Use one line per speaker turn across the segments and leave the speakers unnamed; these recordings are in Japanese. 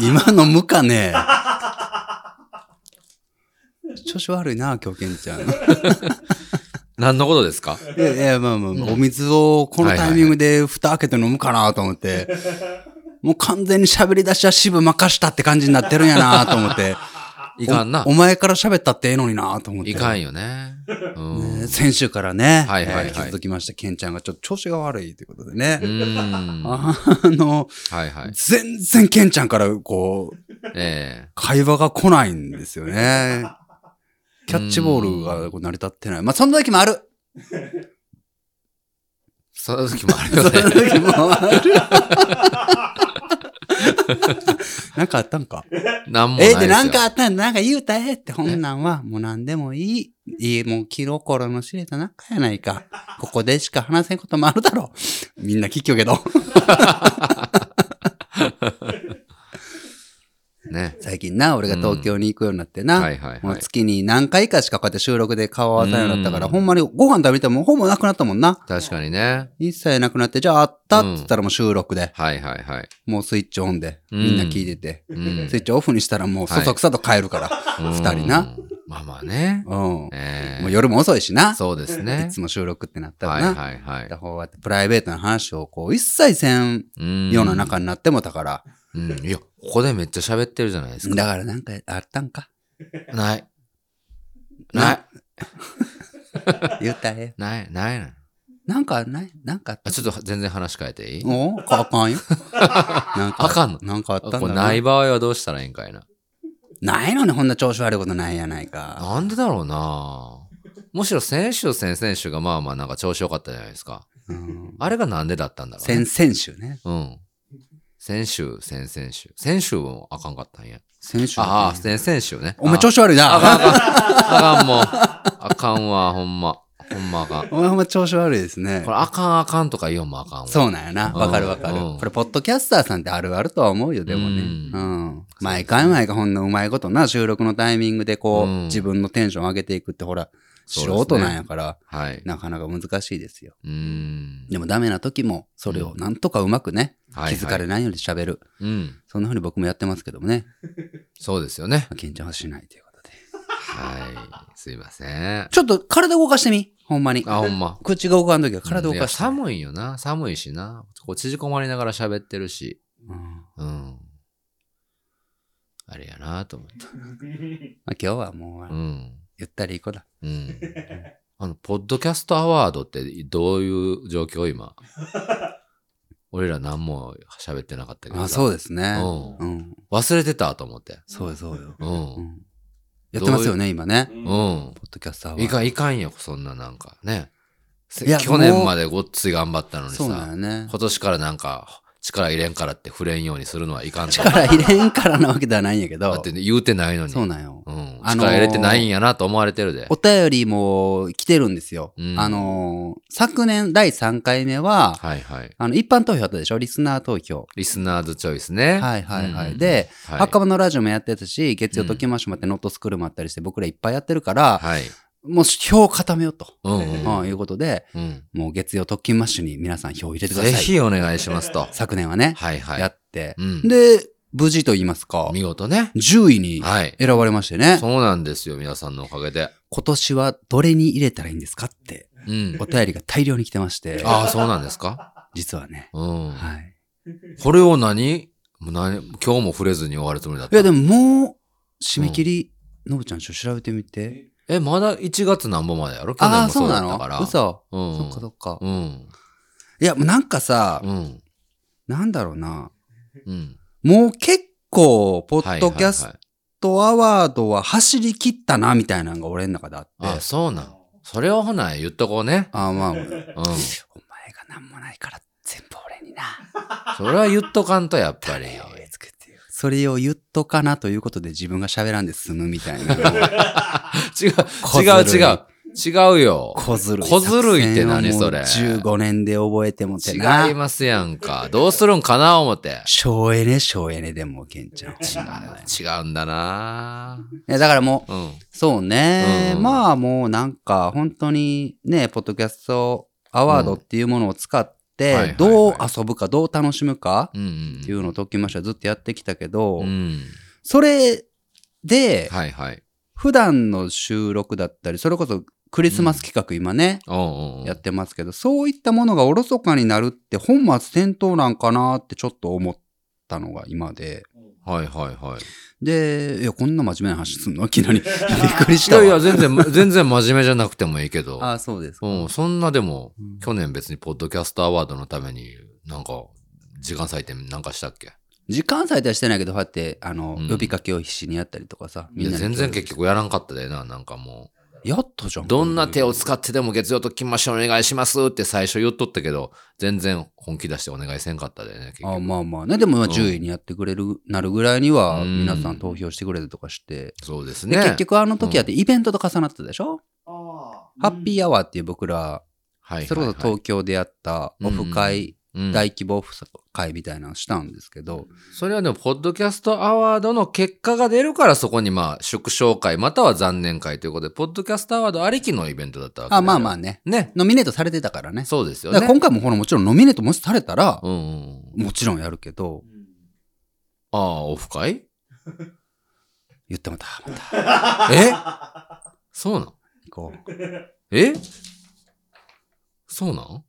今の無かね。調子悪いな、狂犬ちゃん。い
何のことですか
やいや、まあまあまあ、お水をこのタイミングで蓋開けて飲むかなと思って、もう完全に喋り出しは渋任したって感じになってるんやなと思って。
いかんな
お。お前から喋ったってええのになと思って。
いかんよ ね。うん。
ね先週からね、
はいはいはい
えー気づきました、ケンちゃんがちょっと調子が悪いということでね
う。ん。は
あの、
いはい。
全然ケンちゃんからこう、
え
会話が来ないんですよ ね。キャッチボールがこう成り立ってない。まあ、そんな時もある。
え その時もあるよ
そんな
ね。
時もある。 なんかあったんか。
なんもない
え
です
ー、
よ。
で、なんかあったんなんか言うたらええって、ほんなんは、もうなんでもいい。いい、もう気心の知れた仲やないか。ここでしか話せんこともあるだろう。みんな聞きよ けど。
ね。
最近な、俺が東京に行くようになってな。
はいはい
も
は
う
い。
月に何回かしかこうやって収録で顔を合わさないようになったから、
うん
ほんまにご飯食べてもほぼなくなったもんな。
確かにね。
一切なくなって、じゃああったって言ったらもう収録で、
はいはいはい。
もうスイッチオンで、
うん
みんな聞いてて、
うん
スイッチオフにしたらもうそそくさと帰るから、二人な。
うんまあまあね。
うん。
え
もう
え。
夜も遅いしな。
そうです
い
ね。
つも収録ってなったら
はい
な。
はいはい
だ。方はプライベートな話をこう一切せん
うん
ような中になってもだから、
うん。いや、ここでめっちゃ喋ってるじゃないですか。
だからなんかあったんか。
ない。ない。
言ったらええよ。
ない。ないな。
なんかないなんかあった
あちょっと全然話変えていい
おかあ かんよ。なんか
あかんの
なんかあったんだ
これない場合はどうしたらいいんかいな。
ないのにこんな調子悪いことないやないか。
なんでだろうなむしろ選手先々週がまあまあなんか調子良かったじゃないですか。
うん、
あれがなんでだったんだろう、
先
ね。
々週ね。
うん。先週、先々週。先週もあかんかったんや。
先週、
ああ、先々週ね。
お前調
子
子悪い
あかん
な。
あかん。あかんもう。あかんわ、ほんま。ほんまあかん。こ
お前ほんま調子悪いですね
れ。あかんあかんとか言おうもあかんわ。
そうなんやな。
うん
わかるわかる
うん。
これ、ポッドキャスターさんってあるあるとは思うよ、でもね。う
う
んん。毎回毎回ほんのうまいことな、収録のタイミングでこう、
うん
自分のテンション上げていくって、ほら、
そう
素
ですね
人なんやから、
はい。
なかなか難しいですよ。
うーん。
でもダメな時も、それをなんとかうまくね、
はいはい
気づかれないように喋る。
うん。
そんな風に僕もやってますけどもね。
そうですよね。
まあ緊張はしないということで。
はい。すいません。
ちょっと体動かしてみ。ほんまに。
あ、ほんま。
口が動かんときは体動
い
か
や
して。
寒いよな。寒いしな。こう縮こまりながら喋ってるし。
うんま
うん。あれやなと思って。
あ今日はも
う
う、
ん。
ゆったり行こうだ。
うん。あの、ポッドキャストアワードってどういう状 況今。俺ら何も喋ってなかったけどさ。
あ、そううですね。
う
うん。
忘れてたと思って。
そうよ、そうよ。う
う。
んんやってますよね、今ね。
うん。
ポッドキャスターは。
いかん、いかんよ、そんななんかね。せ
いや
去年までごっつい頑張ったのに
そうな
さ、
のね。
今年からなんか力入れんからって触れんようにするのはいかんと思う
力入れんからなわけではないんやけ
だっ
ど
て。言うてないのに。
そうなんよ
う。ん。
あのー
力入れてないんやなと思われてるで。
お便りも来てるんですよ
うん。
あのー、昨年第3回目は、
はいはい。
あの、一般投票あったでしょリスナー投票。
リスナーズチョイスね。
はいはいは
うん
い。で、、
はい
赤羽のラジオもやってたし、月曜ときましもあって、ノットスクールもあったりして、僕らいっぱいやってるから、
はい。
もう票を固めようと、
うんうん
うんいうことで、
うん。
もう月曜特勤マッシュに皆さん票を入れてくだ
ぜ
さい。
ひお願いしますと。
昨年はね、
はいは
や
い。
って、
うん
で、無事と言いますか、
見事ね。
10位に
はい。
選ばれましてね、
そうなんですよ、皆さんのおかげで。
今年はどれに入れたらいいんですかって、
うん
お。便りが大量に来てまして、
ああ、そうなんですか
実はね、
うん。
はい。
これを何もう何今日も触れずに終わるつもりだっ
い
た。
や、でももう、締め切り、のぶちゃんちょっと調べてみて。
え、まだ1月なんぼまでやろ去
あ
年
あ、
も
そ
そう
うな
だっ
の
たから。
嘘。
うん。
そっかそっか。
うん。
いや、もうなんかさ、
うん。
なんだろうな。
うん。
もう結構、ポ
は
ッ
いはい
ド
はい
キャストアワードは走り切ったな、みたいなのが俺の中であって。
あ、そうなん。それをほな、言っとこうね。
あまあ、お前
うん。
が何もないから全部俺にな。
それは言っとかんと、やっぱり。
作ってよそれを言っとかなということで自分が喋らんで済むみたい な。
違う、
小
違う、
ずるい
違う。違うよ。
小ずるい。
小ずるいって何それ
作戦をもう ?15 年で覚えてもてな。
違いますやんか。どうするんかな、思って。
省エネ、省エネでも、ケンちゃん。違
違うんだな
だからもう、
うん。
そうね、
うん
まあもうなんか本当にね、ポッドキャストアワードっていうものを使っ
はいはいは
て
い、
どう遊ぶか、どう楽しむか
うんうん。
っていうのを特訓マッシュはずっとやってきたけど、
うん。
それで、
はいはい。
普段の収録だったり、それこそクリスマス企画今ね、
おうおうおう
やってますけど、そういったものがおろそかになるって本末転倒なんかなってちょっと思ったのが今で。
はいはいはい。
で、いや、こんな真面目な話すんのいきなり。びっくりし
い
たわ。
やいや、全然、 全然真面目じゃなくてもいいけど。
あ、そうですか。
うん、そんなでも、
うん
去年別にポッドキャストアワードのために、なんか、時間割いてなんかしたっけ
時間割いてはしてないけど、こうやって、あの、
うん
呼びかけを必死にやったりとかさ。
いや、
に
全然結局やらんかったでな、なんかも
やったじゃ
う。
ん。
どんな手を
こ
使ってでも月曜と金ましお願いしますって最初言っとったけど、全然本気出してお願いせんかったでね、結
ういうあ、
局。
まあまあね。でも、まあ
うん
10位にやってくれる、なるぐらいには、
うん
皆さん投票してくれたりとかして。
そうです
で、
ね。
結局あの時だってイベントと重なってたでしょ、
あ
ハッピーアワーっていう僕ら、
はいはいはい、
それこそ東京でやったオフ会、
うん
大規模オフ会みたいなのしたんですけど、
それはね、ポッドキャストアワードの結果が出るから、そこにまあ、縮小会、または残念会ということで、ポッドキャストアワードありきのイベントだったわけだ
あ、
から
まあまあね。
ね。
ノミネートされてたからね。
そうですよ
だ
ね。
から今回もほらもちろんノミネートもしされたら、
うんうん。
もちろんやるけど、
ああ、オフ会
言ってもた、また、
えそうなん
こう。
えそうなん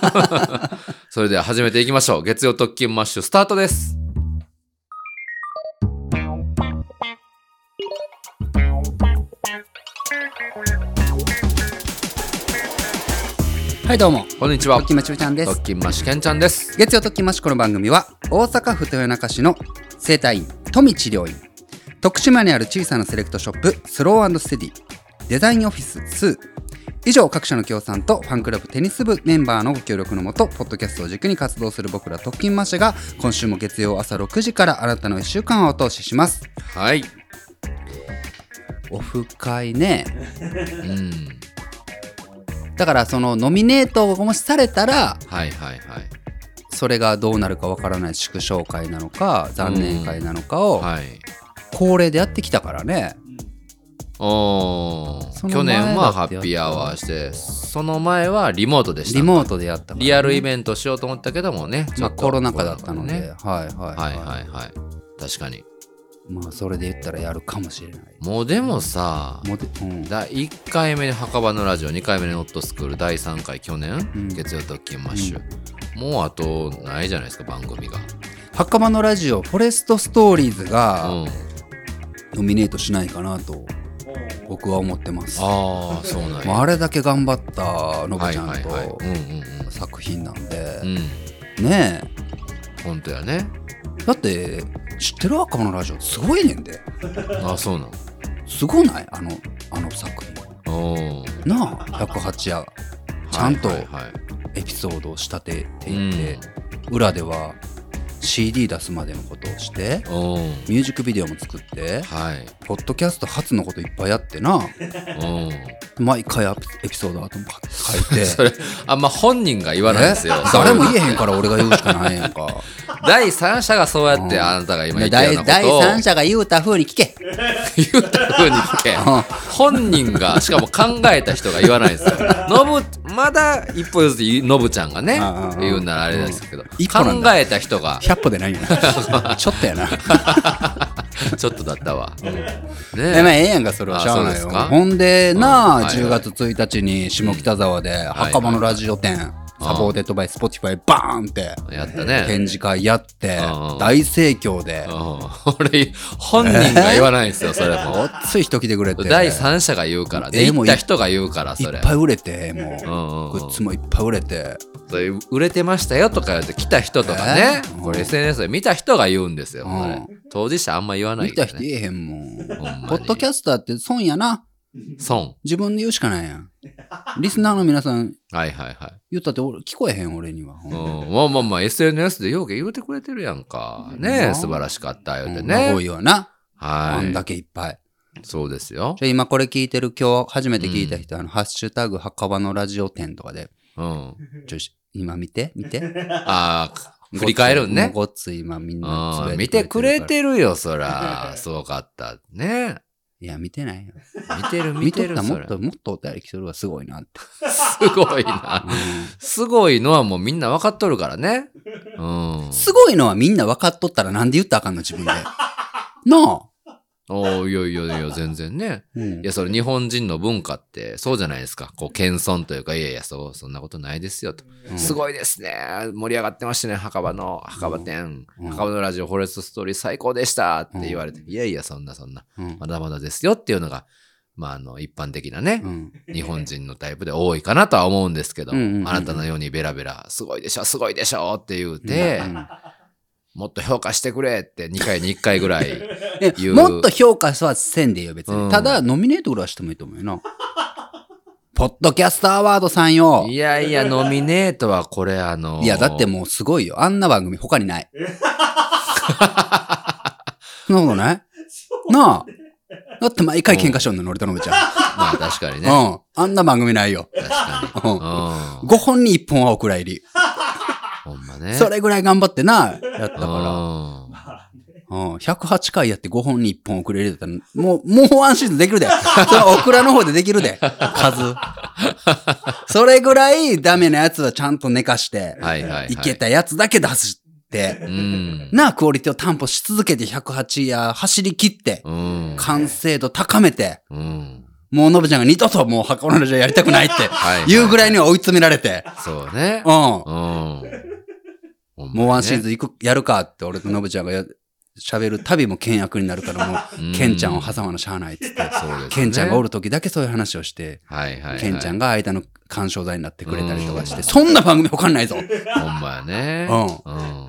それでは始めていきましょう。月曜特勤マッシュスタートです。
はい、どうも。
こんにちは
と。きまちゅうちゃんです
特。勤マッシュケンちゃんです。
月曜ときましこの番組は、大阪府豊中市の生体院、富治療院、徳島にある小さなセレクトショップ、スローステディ、デザインオフィス2、以上各社の協賛とファンクラブテニス部メンバーのご協力のもと、ポッドキャストを軸に活動する僕ら特勤マッシュが、今週も月曜朝6時からあなたの1週間をお通しします。
はい。
オフ会ね。
うん。
だからそのノミネートをもしされたら
はいはいはい。
それがどうなるかわからない縮小会なのか残念会なのかを
はい。
恒例でやってきたからね、
お
そ
ー
の
去
前だってやった
年はハッピーアワーして、その前はリモートでした。
リモートでやったから、
リアルイベントしようと思ったけどもね、
まあ、コロナ禍だったので、
ね。
はいはい
は
はいい、
はいはい。確かに。
まあそれで言ったらやるかもしれない
もうでもさ、
もてうん
第1回目に墓場のラジオ2回目にノットスクール第3回去年、
うん
月曜特勤マッシュ、もうあとないじゃないですか番組が
墓場のラジオ「フォレストストーリーズ」が
うん、
ノミネートしないかなと僕は思ってます、
ああ そうなんや
まあ、あれだけ頑張ったのぶ
はい
ちゃ
はい
ん
はい
と
うん
作品なんで、
うんうんうん
ねえ
本当やね
だって知ってる赤のラジオすごいねんで
ああそうなん
すごないあのあの作品
おー
な あ108夜ちゃんと
はいはいはい
エピソードを仕立てて
うん
いて、裏では CD 出すまでのことをして
おー
ミュージックビデオも作って
はい
ポッドキャスト初のこといっぱいやってな
おー
毎回アピエピソード後も書いて
それあんま本人が言わないんですよ
え誰も言えへんから俺が言うしかないやんか
第三者がそうやってあなたが今言ったよう
第
な
第
ことを
三者が言うた風に聞け
言った風に聞け本人がしかも考えた人が言わないんですよノブまだ一歩譲ってノブちゃんがね
ああ
言うならあれですけど考
一歩なんだ
えた人が
100歩でない よなちょっとやな
ちょっとだったわね
えまあ
え
ええやんかそれは
あ
しゃあないよ
そうですか
ほんでなあ、
うんはい
10月1日に下北沢で墓場のラジオ展、サポーテッドバイスポティファイバーンって
やったね
展示会やって
うん
大盛況で
うん俺本人が言わないんですよそれ
ご
も
っつい人来てくれて
第三者が言うから
え
で
えも
行
う
った人が言うから
い
それ
っぱい売れても
うんうん
う
う
グ
ん
ッズもいっぱい売れて
そういう売れてましたよとか言って来た人とか
え
ね
え
これ SNS で見た人が言うんですよ
うん
それ当事者あんま言わない
見
け
た人
どね
言えへんもん
ほんまに
ポッドキャスターって損やな
損
自分で言うしかないや んリスナーの皆さん
はいはいはい
言ったって俺聞こえへん俺にはほんま
うん、まあまあまあ SNS でようけ言うてくれてるやんか。ね
う
え、
ん
素晴らしかったようて
うんまあ多
ね。
いよな、あん
は
だけいっぱい
い。そうですよ
じ。ゃあ今これ聞いてる、今日初めて聞いた人、あの、ハッシュタグ、墓場のラジオ店とかで、
うん。
ちょ、今見て、見て。
ああ、 振り返るんね。
ごっつい今みんな
う
つぶや
ん。
い
見てくれ
る
てるよ、そら。すごかった。ね
いや、見てないよ。
見てる見
見と
て
っ
る
たらもっ
それ。
と、もっとお便り来とるわ、すごいなっ て。
すごいな。すごいのはもうみんな分かっとるからね。うん。
すごいのはみんな分かっとったらなんで言ったらあかんの、自 分で。なあ。
おーいやいやいや、全然ね。
うん
いや、それ日本人の文化って、そうじゃないですか。こう、謙遜というか、いやいや、そう、そんなことないですよ、と。
うん
すごいですね。盛り上がってましたね、墓場の、墓場店、
うん
墓場のラジオ、フォレストストーリー最高でしたって言われて、いやいや、そんなそんな、
うん
まだまだですよっていうのが、まあ、あの、一般的なね
う、ん
日本人のタイプで多いかなとは思うんですけど、
うんうんうんうん
あなたのようにベラベラ、すごいでしょ、すごいでしょって言うて、
うん
もっと評価してくれって2回に1回ぐ らい。
え
言う
もっと評価はせんでいいよ、別に。
うん
ただ、ノミネートぐらいしてもいいと思うよな。ポッドキャストアワードさんよ。
いやいや、ノミネートはこれあの
いや、だってもうすごいよ。あんな番組他にない。 そんなことないなあ。だって毎回喧嘩しよんの、ノリトノブちゃ
まあ確かに
ん。
ね。
うん。あんな番組ないよ。
確か
う。
に。うんん。
5本に1本はお蔵入り。
ほんまね。
それぐらい頑張ってな、やった
だ
か。
から
うん。108回やって5本に1本遅れ入れたら、もう、もうワンシーズンできる で。それはオクラの方でできるで。数。それぐらいダメなやつはちゃんと寝かして
ら。、はいはいはい。
いけ。たやつだけ出して
う、ん。
なあ、クオリティを担保し続けて108や走り切って、
うん。
完成度高めて、
うん。
もうのぶちゃんが二度ともう箱のラジオやりたくないって
はいはい
言うぐらいには追い詰められて、
そうね。
うん。
うん。
も
も
うワンシーズン行く、やるかって俺とのぶちゃんがや喋るたびも倹約になるからもう、ケンちゃんを挟まなしゃあないっつって、
そうです。
ケンちゃんがお。る時だけそういう話をして、
はいはい。
ケンちゃん
が。
が間の干渉剤になってくれたりとかし
う
て、
ん
そんな番組他にない ぞ
ほんまやね。
う
うん。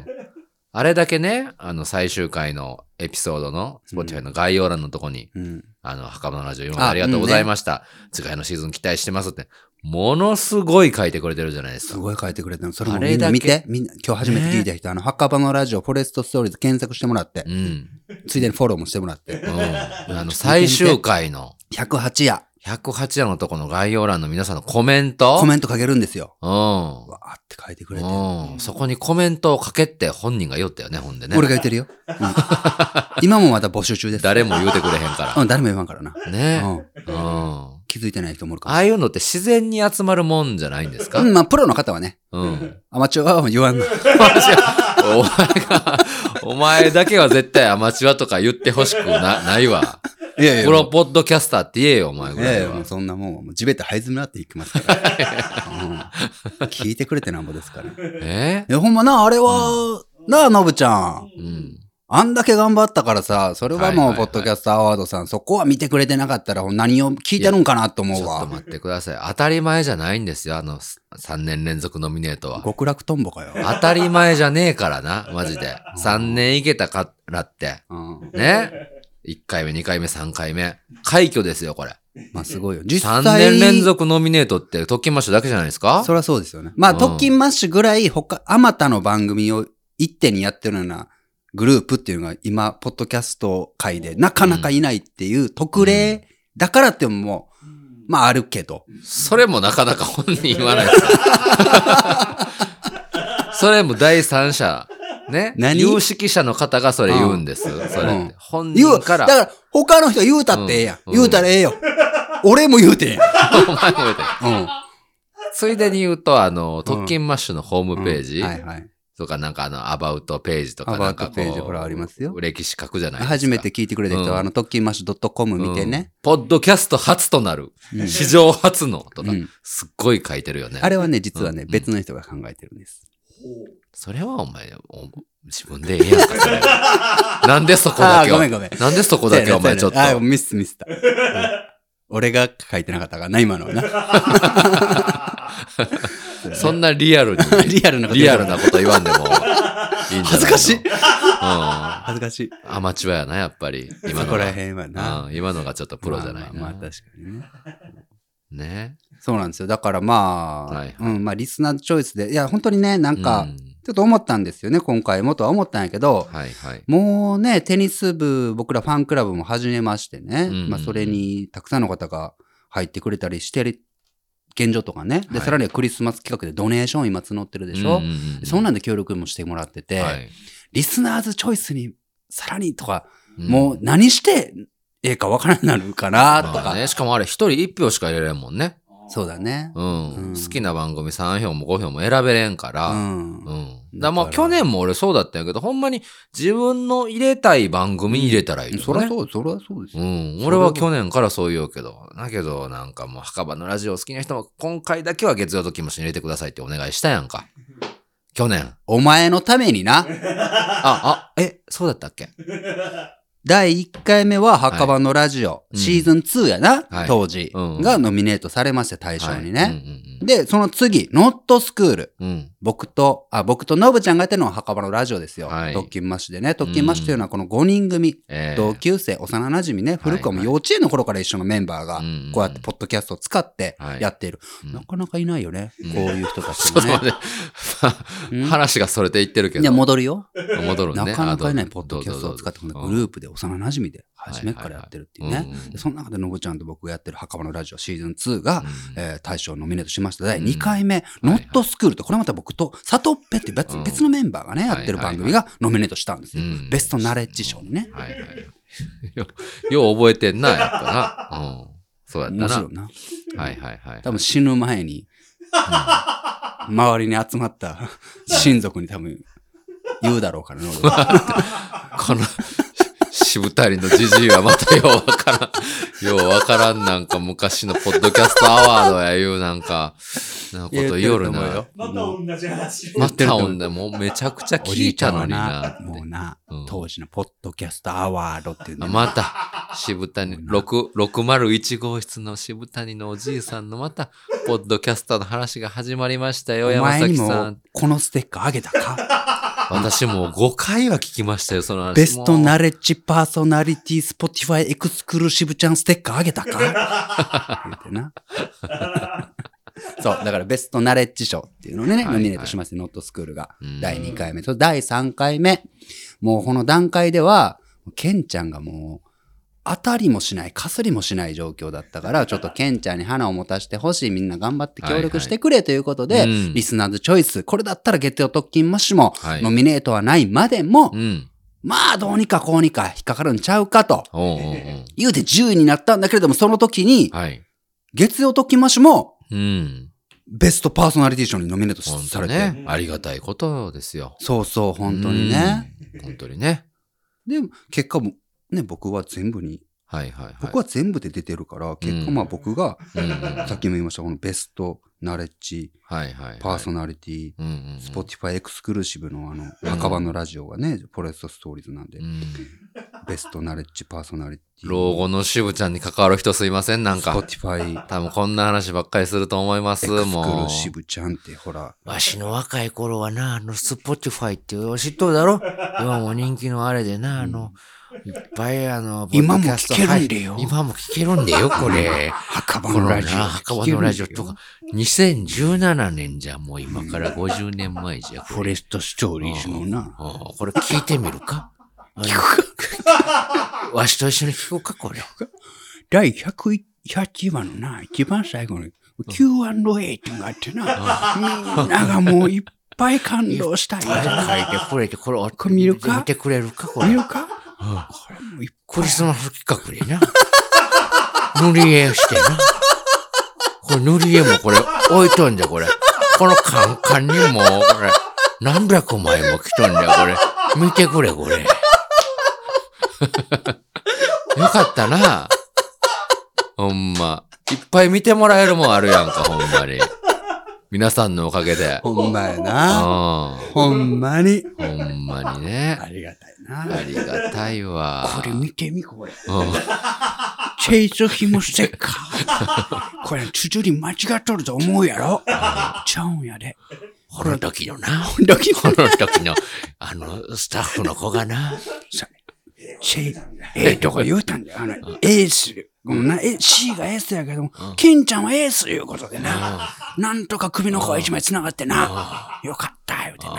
あれだけね、あの、最終回のエピソードの、Spotify の概要欄のとこに、
うん。
あの、袴のラジオ今までありがとうございました。次回のシーズン期待してますって、ものすごい書いてくれてるじゃないです
す
か。
ごい書いてくれたの。それも
あれ
みん
だ
な
け
見て、みんな、今日初めて聞いた人、あの、墓場のラジオ、フォレストストーリーズ検索してもらって
う、ん。
ついでにフォローもしてもらって、
うん。あの、最終回の
108夜、
108話のとこの概要欄の皆さんのコメント
コメントかけるんですよ。
うん。
わーって書いてくれて。
うん。そこにコメントをかけって本人が言ったよね、ほんでね。
俺が言ってるよ。 うん今もまだ募集中です。
誰も言うてくれへんか
うん、誰も言わんからな。 う
ら。ね。
ん。
うん。あ
気づいてない人もおるか
あいうのって自然に集まるもんじゃないんです
ら。
か
うん、まあ、プロの方はね、
うん。
アマチュアは言わんの。
お前が、お前だけは絶対アマチュアとか言ってほしくなないわ。
いやい
プロポッドキャスターって言えよ、お前ぐ
いや
ら
い
い
や、も
は
う。そんなもんは、もう地べた這いずめらっていきますから。うん聞いてくれてなんぼですから。い
え
や、ほんまな、あれは、なあ、ノブちゃん。
うん。
あんだけ頑張ったからさ、それは
はいはい
も
は
う、
い
ポッドキャストアワードさん、そこは見てくれてなかったら、何を聞いてるんかなと思
ち
う
ょっと
わ。
待ってください。当たり前じゃないんですよ、あの3年連続ノミネートは。
極楽とんぼかよ。
当たり前じゃねえからな、マジで。3年いけたからって。
うん。
ね。1回目、2回目、3回目。快挙ですよ、これ。
まあ、すごいよ。実際
3年連続ノミネートって特訓マッシュだけじゃないですか
そりゃそうですよね。まあ、
うん
特勤マッシュぐらい、他、あまたの番組を一手にやってるようなグループっていうのが今、ポッドキャスト界でなかなかいないっていう特例だからっていうのも、まああるけど。
それもなかなか本人言わないです かそれも第三者。ね。
何
有識者の方がそれ言うんです。それって。本
言う、だ
人か。
からら他の人言うたってええやん。
うん
言うたらええよ。俺も言うてんやん。
お前も言うて
うん。
ついでに言うと、あの、特勤マッシュのホームページ
はいはい。
とか、なんかあの、アバウトページとか、
ア
な
バ
ん
ウ
か
ト
こ
ページ
う、
ほらありますよ
歴史書くじゃないですか。
初めて聞いてくれた人
うん
は、あの、特勤マッシュ .com 見てね。
うん。ポッドキャスト初となる、
うん
史上初のとか
うん、
すっごい書いてるよね。
あれはね、実はね、
うん
別の人が考えてるんです。
それはお前、お自分でええやん か、それなんでそこだ
あー
け
ご
は
めんごめん
なんでそこだけお前ちょっと。
あ、ミスミスった。俺が書いてなかったからな、今の はな。
そんなリアルに、
リアルなこと
リアルなこと言わんでもいいんじゃないの
恥ずかしい
うん。ア
恥ずかしい。
マチュアやな、やっぱり。今
そ
の
こら
が。
辺は
う
な。
ん、今のがちょっとプロじゃな
ま
い
あまあ
な
まあ。確かにね。
ね。
そうなんですよ。だからま
はいはい
あ、うん、まあリスナーチョイスで、いや、本当にね、な
なん
か、ちょっと思ったんですよね、今回もとは思ったんやけど、
はいはい。
もうね、テニス部、僕らファンクラブも始めましてね、
うん
まあそれにたくさんの方が入ってくれたりしてる現状とかね、で、
はい
さらにはクリスマス企画でドネーション今募ってるでしょ、
うんうんうん
そんなんで協力もしてもらってて、
はい
リスナーズチョイスにさらにとか、
うん
もう何してええかわからんなるかなと
ま
か、
あね、しかもあれ一人一票しか入れれんもんね。
そうだね。
うん。
うん
好きな番組3票も5票も選べれんか
う
ら。
ん。
うん。
だ
だ
か
から
ら
まあ去年も俺そうだったんやけど、ほんまに自分の入れたい番組に入れたらいいよね。
そりゃそう、そりゃそうです
う
よ。
ん。
それ
俺
は
は去年からそう言うけど、だけどなんかもう墓場のラジオ好きな人も今回だけは月曜と金星に入れてくださいってお願いしたや んか。去年。
お前のためにな。
あ、あ、え、そうだったっけ
第1回目は墓場のラジオ、
いうん
シーズン2やな、
はい
当時、
うん
がノミネートされまして、対象にね。
はいうん
で、その次、ノットスクール。
うんうん。うん。
僕と、あ、僕とノブちゃんがやってるのは墓場のラジオですよ。
はい
特勤マッシュでね。特勤マッシュというのはこの5人組、
え
同級生、幼馴染ね、古くはもう幼稚園の頃から一緒のメンバーが、
ん
こうやってポッドキャストを使って
はい
やっている。
うん
なかなかいないよね。
うん
こういう人たち
ち ょ
も
っと待
ね。
って、話がそれていってるけ
いや、
ど、
戻るよ。
戻るね。
なかなかいないポッド
と
キャストを使って、このグ
ー
ループで幼馴染で初めからやってるっていうね。でその中でノブちゃんと僕がやってる墓場のラジオシーズン2が、えー大賞をノミネートしました。第
うん
2回目、
いはい
ノットスクールと、これまた僕と、サトッペっていう別,、
うん
別のメンバーがね、やってる
はいは
番
いはい
組がノミネートしたんですよ。
うん
ベストナレッジ賞にね。
はいはい。よ よう覚えてんな、やっぱな。うん。そうやった
面
な。
白いな。
はいはいはい。
多分死ぬ前に、周りに集まった親族に多分言うだろうからね。俺は
この、しぶたりのじじいはまたようわからん。ようわからんなんか昔のポッドキャストアワードやいうなんか、なこと言いよるな。
また同じ話を。
また女もうめちゃくちゃ
お
聞
じ
い
いちゃ
た
ん
の
は
に
な
な、。
もうな、
うん
当時のポッドキャストアワードっていう
あ
ね。
また、渋谷、六601号室の渋谷のおじいさんのまた、ポッドキャスターの話が始まりましたよ、
お
山
前に
崎さ
も
ん。
このステッカーあげたか
私もう5回は聞きましたよ、その話。
ベスト
もう
ナレッジパーソナリティスポティファイエクスクルーシブちゃんステッカーあげたか 言うてな。そう、だからベストナレッジ賞っていうのをね、
はい
ノミネートしまして、ノットスクールが
うん。
第2回目と第3回目。もうこの段階では、ケンちゃんがもう、当たりもしない、かすりもしない状況だったから、ちょっとケンちゃんに花を持たしてほしい、みんな頑張って協力してくれということで、
うん
リスナーズチョイス、これだったら月曜特勤マッシュも、
はい
ノミネートはないまでも、
うん。
まあどうにかこうにか引っかかるんちゃうかと、
おうおうおう
言うて10位になったんだけれども、その時に、
はい。
月曜特勤マッシュも、
うん。
ベストパーソナリティ賞にノミネート
本
さ
当
れて、
ね。ありがたいことですよ。
そうそう、本当にね。
うん。本当にね。
で、結果も、ね、僕は全部に、
はいはいはい。
僕は全部で出てるから、結果まあ僕が、
うん、うん
さっきも言いました、このベストナレッジ、
はいはいはい。
パーソナリティ、
うんうんうん。
スポティファイエクスクルーシブのあの、墓場のラジオがね、フォレストストーリーズなんで
う、ん
ベストナレッジパーソナリティ、
老後の渋ちゃんに関わる人すいません、なん
スポ
か。
ティファイエ
多分こんな話ばっかりすると思いま
クス
す、
クル
も
ー
う。
シブちゃんって、ほら、
わしの若い頃はな、あの、スポティファイって知っとるだろ今も人気のあれでな、あの、いっぱいあの、
今も聞けるんだよ
はい今も聞ける んだよ、これ。
墓場
こ
の
のな、
ラジオ。
墓場のラジオとか、2017年じゃ、もう今から50年前じゃ、
フォ
これ。
レストストーリーズのな、
ああこれ聞いてみるか聞くか。わしと一緒に聞こうか、これ。
第101 101話のな、一番最後の Q&A ってのがあってな、みんながもういっぱい感動したい
書い
な。
てくれて、これ、
これ見るか
見てくれるか、こ
見
れ
る。かこれもいっ
クリスマス企画でな。 塗り絵してな。これ塗り絵もこれ置いとんじゃ、これ。このカンカンにもう、これ、何百枚も来とんじゃ、これ。見てくれ、これ。 よかったな。ほんま。いっぱい見てもらえるもんあるやんか、ほんまに。皆さんのおか げで。
ぱい。
うん。
ほんまやな。
ほ
ほんまに。
んまにね
あ。りがたい
あ
な。
りがたいわ。
これ見てみ、これ。
うん
チェイスヒムステッカ ー。これ、綴り間違っとると思うやろ。ちゃうんやで。
この時のな、
ドキ
この時の、あの、スタッフの子がな、
チェイ、ええとこ言うたんだよ。あの、エース。ごめんな、え、C がエースやけども、ケンちゃんはエースいうことでな。なんとか首の皮一枚繋がってな。よかった、言うてな。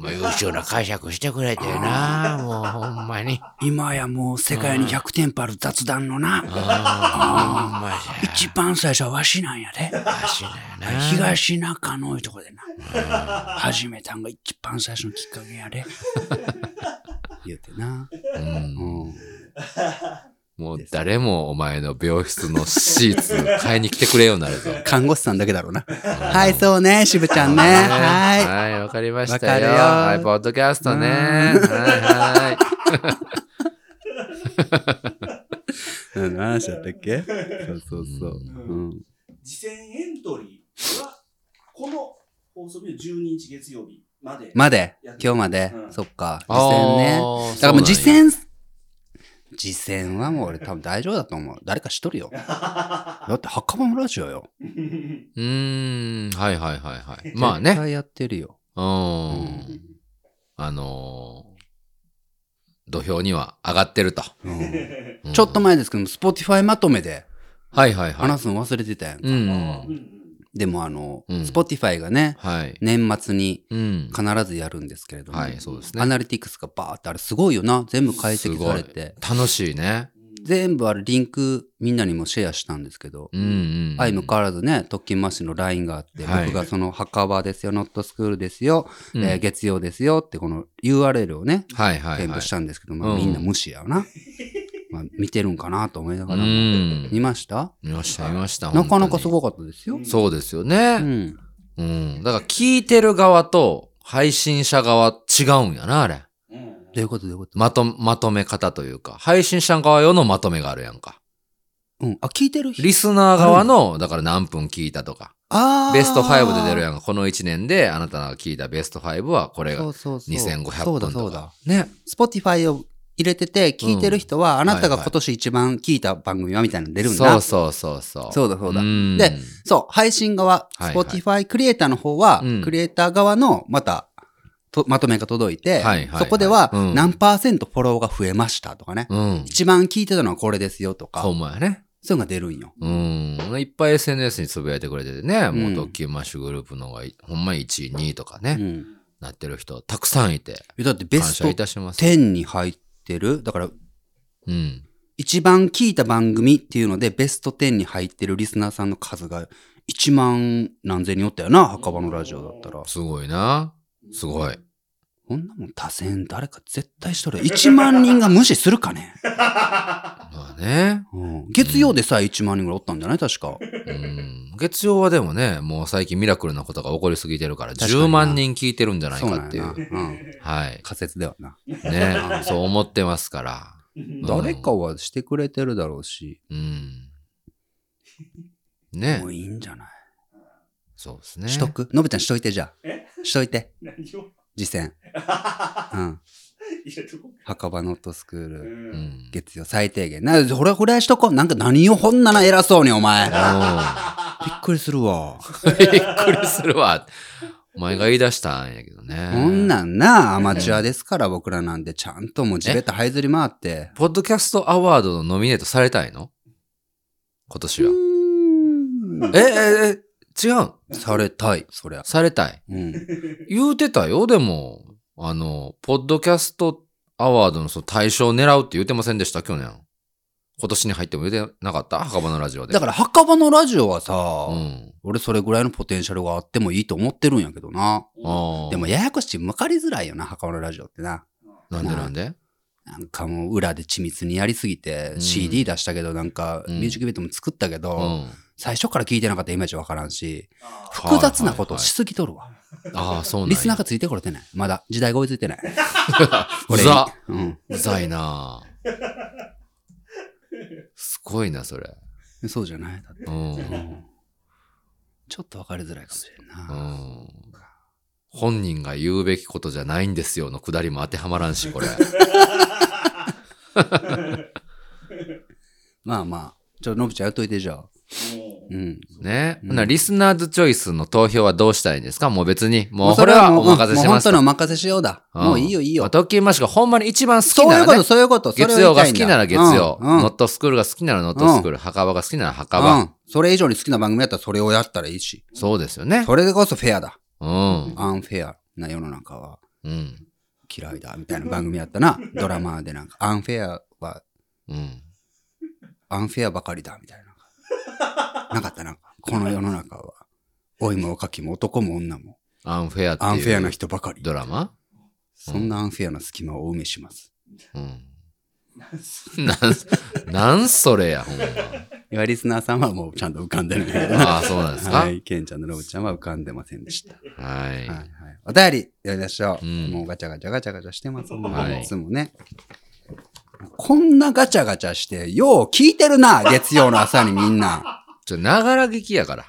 もう優秀な解釈してくれてな、もうほんまに。
今やもう世界に100店舗ある雑談のな。
あほんまじゃ。
一番最初はわしなんやで。
おかしいなよな。
東中野いうとこでな。始めたんが一番最初のきっかけやで。言うてな。
うん
うん。
もう誰もお前の病室のシーツ買いに来てくれようになるぞ。
看護師さんだけだろうな。はい、そうね、渋ちゃんね。は
はい、わかりまし
わ
た
かる
よ。
よ
はい、ポッドキャストね。はいはい。
い。うん、何しちゃったっけそうそうそう。うん。
事前エントリーは、この放送日の12日月曜日まで。
まで、今日まで
う、ん
そっか、
あ
実践ね。
ー
だからもう
そ
実
なんや
践、実践はもう俺多分大丈夫だと思う。誰か知っとる よ。だって、墓場ラジオよ。
うーん、はいはいはいはい。まあね。
絶対やってるよ。
う
うん
ん。あのー土俵には上がってると。
うん
うん
ちょっと前ですけども、Spotify まとめで
はいはいはい。
話すの忘れてたやん。
うん。
でもあの、
うん
Spotify がね、
はい。
年末に
うん。
必ずやるんですけれども、
はい、そうです
ア
ね。
ナリティクスがバーってあれすごいよな。全部解
す
析
ご
さ
い
れて。
楽しいね。
全部あれリンクみんなにもシェアしたんですけど、
うんうん。
相も変わらずね、特勤マッシュの LINE があって、
はい
僕がその墓場ですよ、ノットスクールですよ、
うん
えー月曜ですよってこの URL をね、
はいはい
添
は
付
い
し。たんですけど、
う
まあ
ん
みんな無視やな。まあ見てるんかなと思いな
う
がらも。
ん。
見ました
見ました見ました。
なかなかす
そこ
ごかったですよ。
そうですよ
う
ね。
ん。
うん。だから聞いてる側と配信者側違うんやな、あれ。
どういうことどういうこと
まと、まとめ方というか。配信者側用のまとめがあるやんか。
うん。あ、聞いてる人
リスナー側の、だから何分聞いたとか。
あー
ベスト5で出るやんか。この1年であなたが聞いたベスト5はこれ
そ
が
うそうそう。
2500
そう
本
だ
とか。
そうだ。
ね。
Spotify を入れてて、聞いてる人は、あなたが
はいはい
今年一番聞いた番組はみたいなの出るんだ。
そうそうそうそう。
そうだそうだ
ん
でそう、配信側、
はいはい
Spotify クリエイターの方は、
うん
クリエイター側の、また、とまとめが届いて、
はいはいはい
そこでは、
うん
何パーセントフォローが増えましたとかね、
うん。
一番聞いてたのはこれですよとか、
ほんまやね。
そういうのが出るんよ。
うん。いっぱい SNS につぶやいてくれててね。もうんう特急マッシュグループの方がい、ほんま1位、2位とか
う
ね、
ん。
なってる人たくさんいて。
だってベ
感
ス
謝い
ト
たします。
10に入ってる、だから、
うん。
一番聞いた番組っていうので、ベスト10に入ってるリスナーさんの数が、1万何千人おったよな、墓場のラジオだったら。
すごいな。すごい。
こんなもん多選誰か絶対しとる。1万人が無視するかね。
まあね。
うん月曜でさえ1万人ぐらいおったんじゃない確か。
うん。月曜はでもね、もう最近ミラクルなことが起こりすぎてるから、
確かにな
10万人聞いてるんじゃない
そう
か
な
っ
ん
てい
やな。
う。
うん。
はい。
仮説ではな。
ね。 そう思ってますから。
誰かはしてくれてるだろうし、
うん。ね
も。ういいんじゃない
そうですね。
しとくのぶちゃんしといてじゃあ
え。
しといて。
何を
実 践。うん。
いや、どこ
墓場ノットスクー
う。
ル。
うんん。
月曜最低限。な、ほらほらしとこう。なんか何をほんなら偉そうにお前。びっ
お
くりするわ。
ーびっくりするわ。お前が言い出したんやけどね。
こんなんな、アマチュアですから僕らなんで、ちゃんともう地べた這いずり回って。
ポッドキャストアワードのノミネートされたいの今年は。え、え、え、違うん
されたい、そりゃ。
されたい。
うん。
言うてたよ、でも。あの、ポッドキャストアワードのその対象を狙うって言うてませんでした、去年。今年に入っても言うてなかった墓場のラジオで。
だから、墓場のラジオはさ、
うん。
俺それぐらいのポテンシャルがあってもいいと思ってるんやけどな。
ああ。
でも、ややこしい、向かりづらいよな、墓場のラジオってな。
なんでなんで
なんかもう裏で緻密にやりすぎて、
うん
CD 出したけど、なんか
うん
ミュージックビデオも作ったけど、
うん。
最初から聞いてなかったらイメージわからんし、
あ
はい
複雑なことをしすぎとるわ。
ああ、そうなんや
リスナーがついてこれてない。まだ、時代が追いついてない。
う
俺に
ざ
うん。
うざ いなぁすごいな、それ。
そうじゃないだって。
うん。う
うんちょっとわかりづらいかもしれんな。
ん。本人が言うべきことじゃないんですよのくだりも当てはまらんし、これ。
まあまあ、ちょ、のぶちゃんやっといてじゃあ。
ーもう
うん。
ね。
うん
ほなリスナーズチョイスの投票はどうしたいんですかもう別に。もうこれはお任せし
もう
ま
本
す
当
と。
にお任せしようだ。もういいよいいよ
まあ。特急マシがほんまに一番好き
そうい
な
うこ
ら
と、
ね。
そういうこと。それを
月
言
曜
いたい
が好
んだ
きなら月曜。
うんうん
ノットスクールが好きならノットスクール。墓場が好きなら墓
う
場。
ん。それ以上に好きな番組だったらそれをやったらいいし。
そうですよね。
それでこそフェアだ。
うん。
アンフェアな世の中は
うん。
嫌いだ。みたいな番組やったな。ドラマでなんか、アンフェアは、
うん。
アンフェアばかりだ。みたいな。なかったな。この世の中は、老いも若きも男も女も、
アンフェアっていう。
アンフェアな人ばかり。
ドラマ
そんなアンフェアな隙間をお埋めします。
うん。なんす、なんそれや、ほんま。
岩リスナーさんはもうちゃんと浮かんでるんだけど
ああ、そう なんですか。は。
はいい。ケンちゃんのロブちゃんは浮かんでませんでした。はいはい。お便り、やりましょう。
うん
もうガチャガチャガチャガチャしてますもん、、
はいい
つもね。こんなガチャガチャして、よう聞いてるな、月曜の朝にみんな。
ちょ、ながら聞きやから。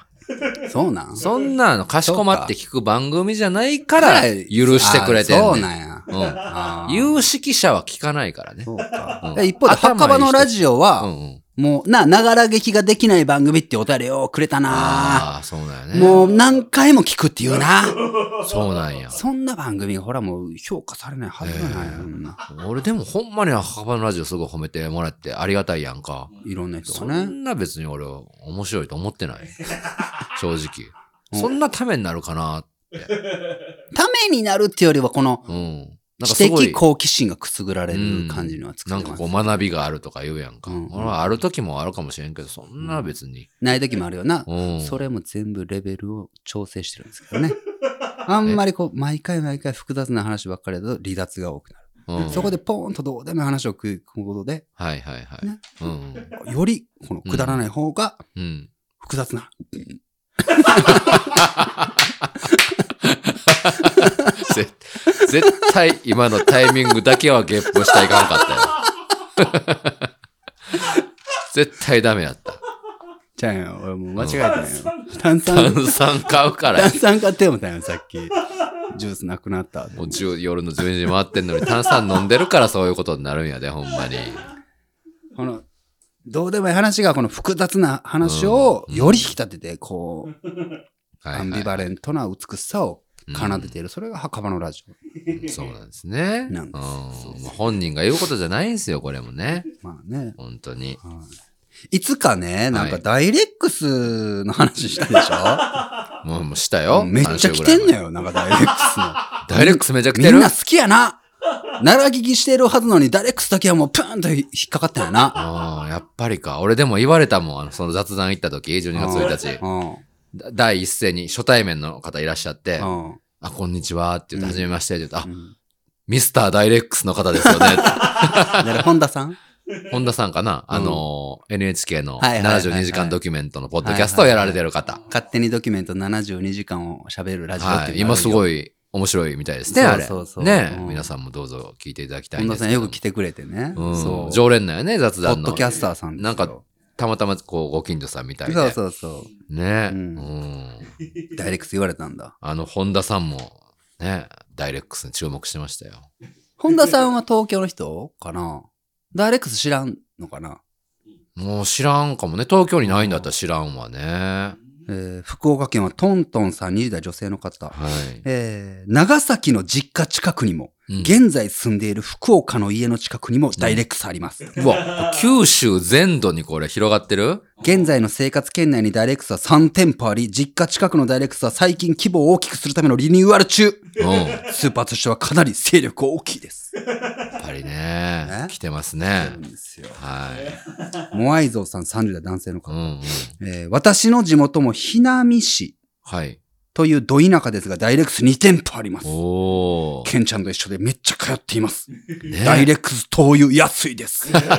そうなん
そんなの、かしこまって聞く番組じゃないから、許してくれてん
あーそう
ねん。
なんや。
うん。
あー
有識者は聞かないからね。
そうか。
うん
一方で、
頭いい人
墓場のラジオ
うんう
は、
ん。
もう、な、ながら劇ができない番組ってお便りをくれたな。
ああー、そうなんやね。
もう何回も聞くっていうな。
そうなんや。
そんな番組がほらもう評価されないはずがないよ、そんな。
俺でもほんまに墓場のラジオすごい褒めてもらってありがたいやんか。
いろんな人
そ
がね。
んな別に俺は面白いと思って ない。正直。
うん
そんなためになるかな。
ためになるっていうよりは、この
うん。なんか
知
すご
的
い、
好奇心がくすぐられる感じには作
な
っ
ん
て
か
ま
こ
す。
う学びがあるとか言うやんか。
うん
俺はある時もあるかもしれんけど、そんな別に。
ない時もあるよな。
うん。
それも全部レベルを調整してるんですけど ね。あんまりこう、毎回毎回複雑な話ばっかりだと離脱が多くなる。
うん
そこでポーンとどうでもいい話を食い込むことで、
はいはいはい。
ね
うん。
よりこのくだらない方が
うん。
複雑な。
ぜ 絶対今のタイミングだけはゲップしたらいかんかったよ。 絶対ダメやった。
ちゃうよ。俺もう間違え
炭
たよ。炭
酸
酸、
炭酸買うから
炭酸買ってもたよ、さっき。ジュースなくなった。
もう10夜の12時回ってんのに炭酸飲んでるからそういうことになるんやで、ほんまに。
この、どうでもいい話が、この複雑な話を
うん
より引き立てて、こう、
はいはい
アンビバレントな美しさを奏でている。それが墓場のラジ
うんそうなんですね。
なんです
うんまあ本人が言うことじゃないんですよ、これもね。
オ。まあね。
本当に。
いつかね、なんか
はい
ダイレックスの話したでしょ、
もうもうしたよ。
めっちゃ来てんのよ、なんかダイレック スの。
ダイレックスめちゃくちゃ
み
来て
ん
る
な好きやな奈良聞きしてるはずのにダイレックスだけはもうプーンと引っかかったよな。
ああ、やっぱりか。俺でも言われたもん、あの、その雑談行った時、12月1日、
うん。
だ第一声に初対面の方いらっしゃって、あ、
うん。
こんにちはって言って、
うん
はじめましてって言って、あ、
うん
ミスターダイレックスの方ですよね。
誰本田さん
本田さんかな、あの、NHK
は
の
いはいはいはい
72時間ドキュメントのポッドキャストをやられてる方。
勝手にドキュメント72時間を喋るラジオっ
は
て
い。
いうのがあ
今
る
す
よ
ごい面白いみたいですね、
そう
あれ。
そうそう
ね、
うん
皆さんもどうぞ聞いていただきたいん
本
で
田
す
さ
けど。
んよく来てくれてね。
うん
そう。
常連だよね、雑
ポ
談
ッド
の
キ。ャスターさんですよ
なんかたまたま、こう、ご近所さんみたいで。
そうそうそ
ね、
う
うんん。
う。ダイレックス言われたんだ。
あの、本田さんも、ね、ダイレックスに注目してましたよ。
本田さんは東京の人かなダイレックス知らんのかな
もう知らんかもね。東京にないんだったら知らんわね。
えー福岡県はトントンさん20代女性の方。
はい。
えー長崎の実家近くにも、
うん
現在住んでいる福岡の家の近くにもダイレックスあります。
うわ、九州全土にこれ広がってる
現 在の生活圏内にダイレックスは3店舗あり、実家近くのダイレックスは最近規模を大きくするためのリニューアル中。
うん。や
スーパーとしてはかなり勢力大きいです。
っぱりね
ね、
来てます
そ
ね
う。なんですよ
はい。
モアイ像さん30代男性の
う
方
ん、うん。
えー私の地元も日南市
はい。
というど田舎ですが、ダイレックス2店舗あります。
おー。
ケンちゃんと一緒でめっちゃ通っています。
ね
ダイレックス灯油安いです。 安いね。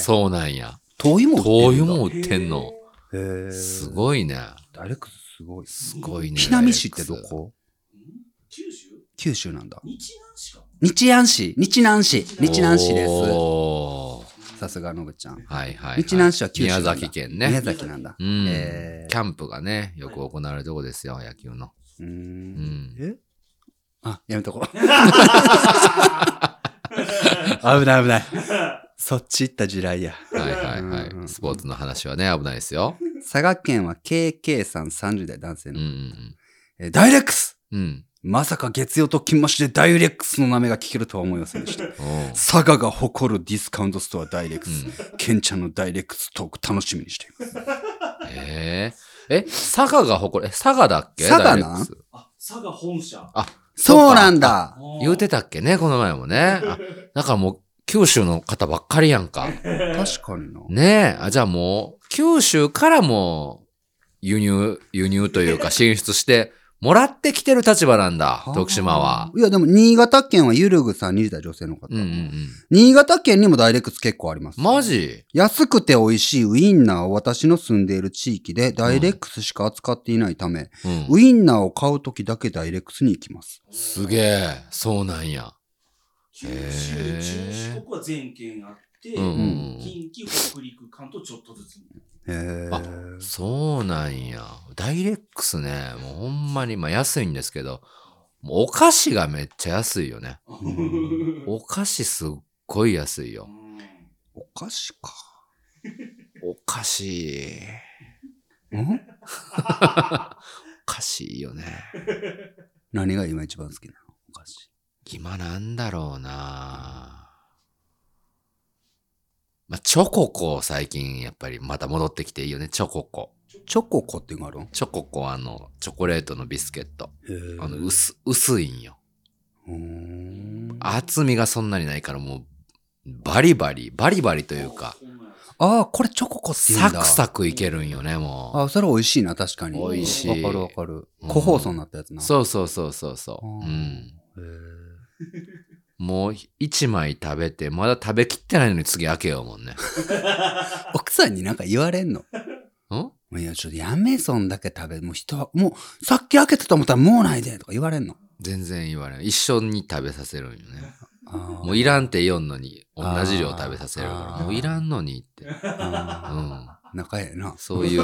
そうなんや。
灯油も
灯油も
売っ
売ってんの。
てるんだ。へー
すごいね。
ダイレックスすごい。
すごいね。
日南市ってどこ
九州
九州なんだ。
日南市か
日安市、日南市、日南市で
おー
す。さすがのぶちゃん。
はいはい、はい。
日南市は九州な
宮
んだ。
崎県
宮
ね。
崎なんだ。
うん、
えー
キャンプがね、よく行われるとこですよ、野球の。
うー。
うんん。
えあ、やめとこう。 危ない危ない。そっち行った地雷や。
はいはいは
うん
い。スポーツの話はね、危ないですよ。
佐賀県は KK さん30代男性
うん
の、
うん
えーダイレックス
うん。うん。
まさか月曜と金マッシュでダイレックスの名前が聞けるとは思いませんでした。
おー
佐賀が誇るディスカウントストアダイレック
う
ス。
ん
ケンちゃんのダイレックストーク楽しみにしています。
えー、え、佐賀が誇る、え、佐賀だっけ
佐賀なん
ダイレックス
あ佐賀本社
そうなんだ
言うてたっけね、この前もね。あだからもう、九州の方ばっかりやん か。
確かにな。
ねえ、あ、じゃあもう、九州からもう、輸入、輸入というか進出して、もらってきてる立場なんだ
あ、ー
徳島は。。
いや、でも、新潟県はゆるぐさん20代女性の方。
うんうんうん。
新潟県にもダイレクト結構あります。
マジ
安くて美味しいウインナーを私の住んでいる地域でダイレックスしか扱っていないため、
うん。
ウインナーを買うときだけダイレックスに行きます。
すげえ。そうなんや。
九
へ
州、中
ー
四国は全県あって、
うんうんうん。
近畿、北陸、関東ちょっとずつ。
へえ。
あそうなんや。ダイレックスね。もうほんまに、まあ安いんですけど、もうお菓子がめっちゃ安いよね。
ん
お菓子すっごい安いよ。
お菓子か。
お菓子。
ん
お菓子いいよね。
何が今一番好きなのお菓子。
今なんだろうなまあ、チョココ最近やっぱりまた戻ってきていいよね。チョココ。
チョココっていうのがあるんへ
チョココあの、チョコレートのビスケット。
え
あの、薄、薄いんよ。
うーんあ
厚みがそんなにないからもう、バリバリ、バリバリと
と
いうか、、
あー、これチョココっていうんだ。
サクサクいけるんよね、も
あ、それ美味しいな、確かに。
美
味しい
わかるわかる。
うん
個包装になったやつ
う。
な。
そうそうそうそうそう。
あ
う
ー
ん。
へえ
もう一枚食べて、まだ食べきってないのに次開けよう もんね。
奥さんになんか言われんの
ん
いや、ちょっとやめ、そんだけ食べ。もう人は、もう、さっき開けたと思ったらもうないで、とか言われんの。
全然言われない。一緒に食べさせるんよね。
も
もういらんって言おんのに、同じ量食べさせる
あ
か
ー
ら、もういらんのにって。う
あ
ん。
ー仲ええな。
そういう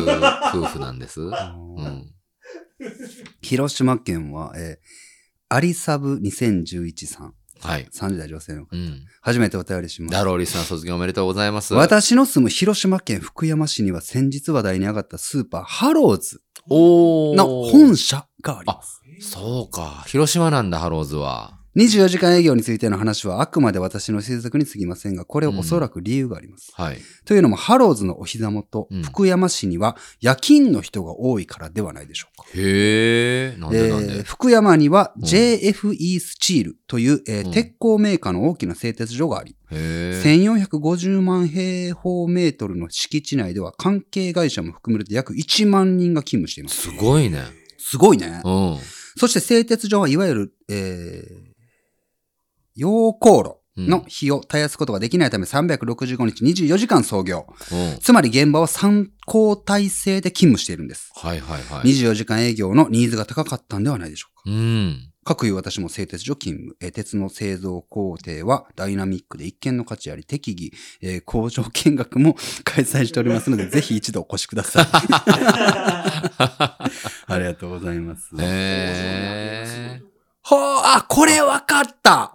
夫婦なんです。 う
あー
ん。
広島県は、えーアリサブ2011さん、
はい。
30代女性の方、
うん。
初めてお便りします。
ダローリスさん卒業おめでとうございます。
私の住む広島県福山市には先日話題に上がったスーパーハローズ
おー
の本社があります。
そうか。広島なんだ、ハローズは。
24時間営業についての話はあくまで私の推測に過ぎませんが、これおそらく理由があります。
はい。
というのも、ハローズのお膝元
うん、
福山市には夜勤の人が多いからではないでしょうか。
へえ。なんでなん
えー
で。
福山には
うん
JFE スチールという、えー
うん
鉄鋼メーカーの大きな製鉄所があり、
へえ。
1450万平方メートルの敷地内では関係会社も含めると約1万人が勤務しています。
すごいね。
すごいね。
うん。
そして製鉄所はいわゆる、えー、溶鉱炉の火を絶やすことができないため365日24時間操業。
うん。
つまり現場は参考体制で勤務しているんです。
はいはいはい。
24時間営業のニーズが高かったんではないでしょうか。
うん。
各いう私も製鉄所勤務、えー鉄の製造工程はダイナミックで一見の価値あり適宜、えー工場見学も 開催しておりますので、 ぜひ一度お越しください。 ありがとうございます。
へえ。
ほう、あ、これわかった
あ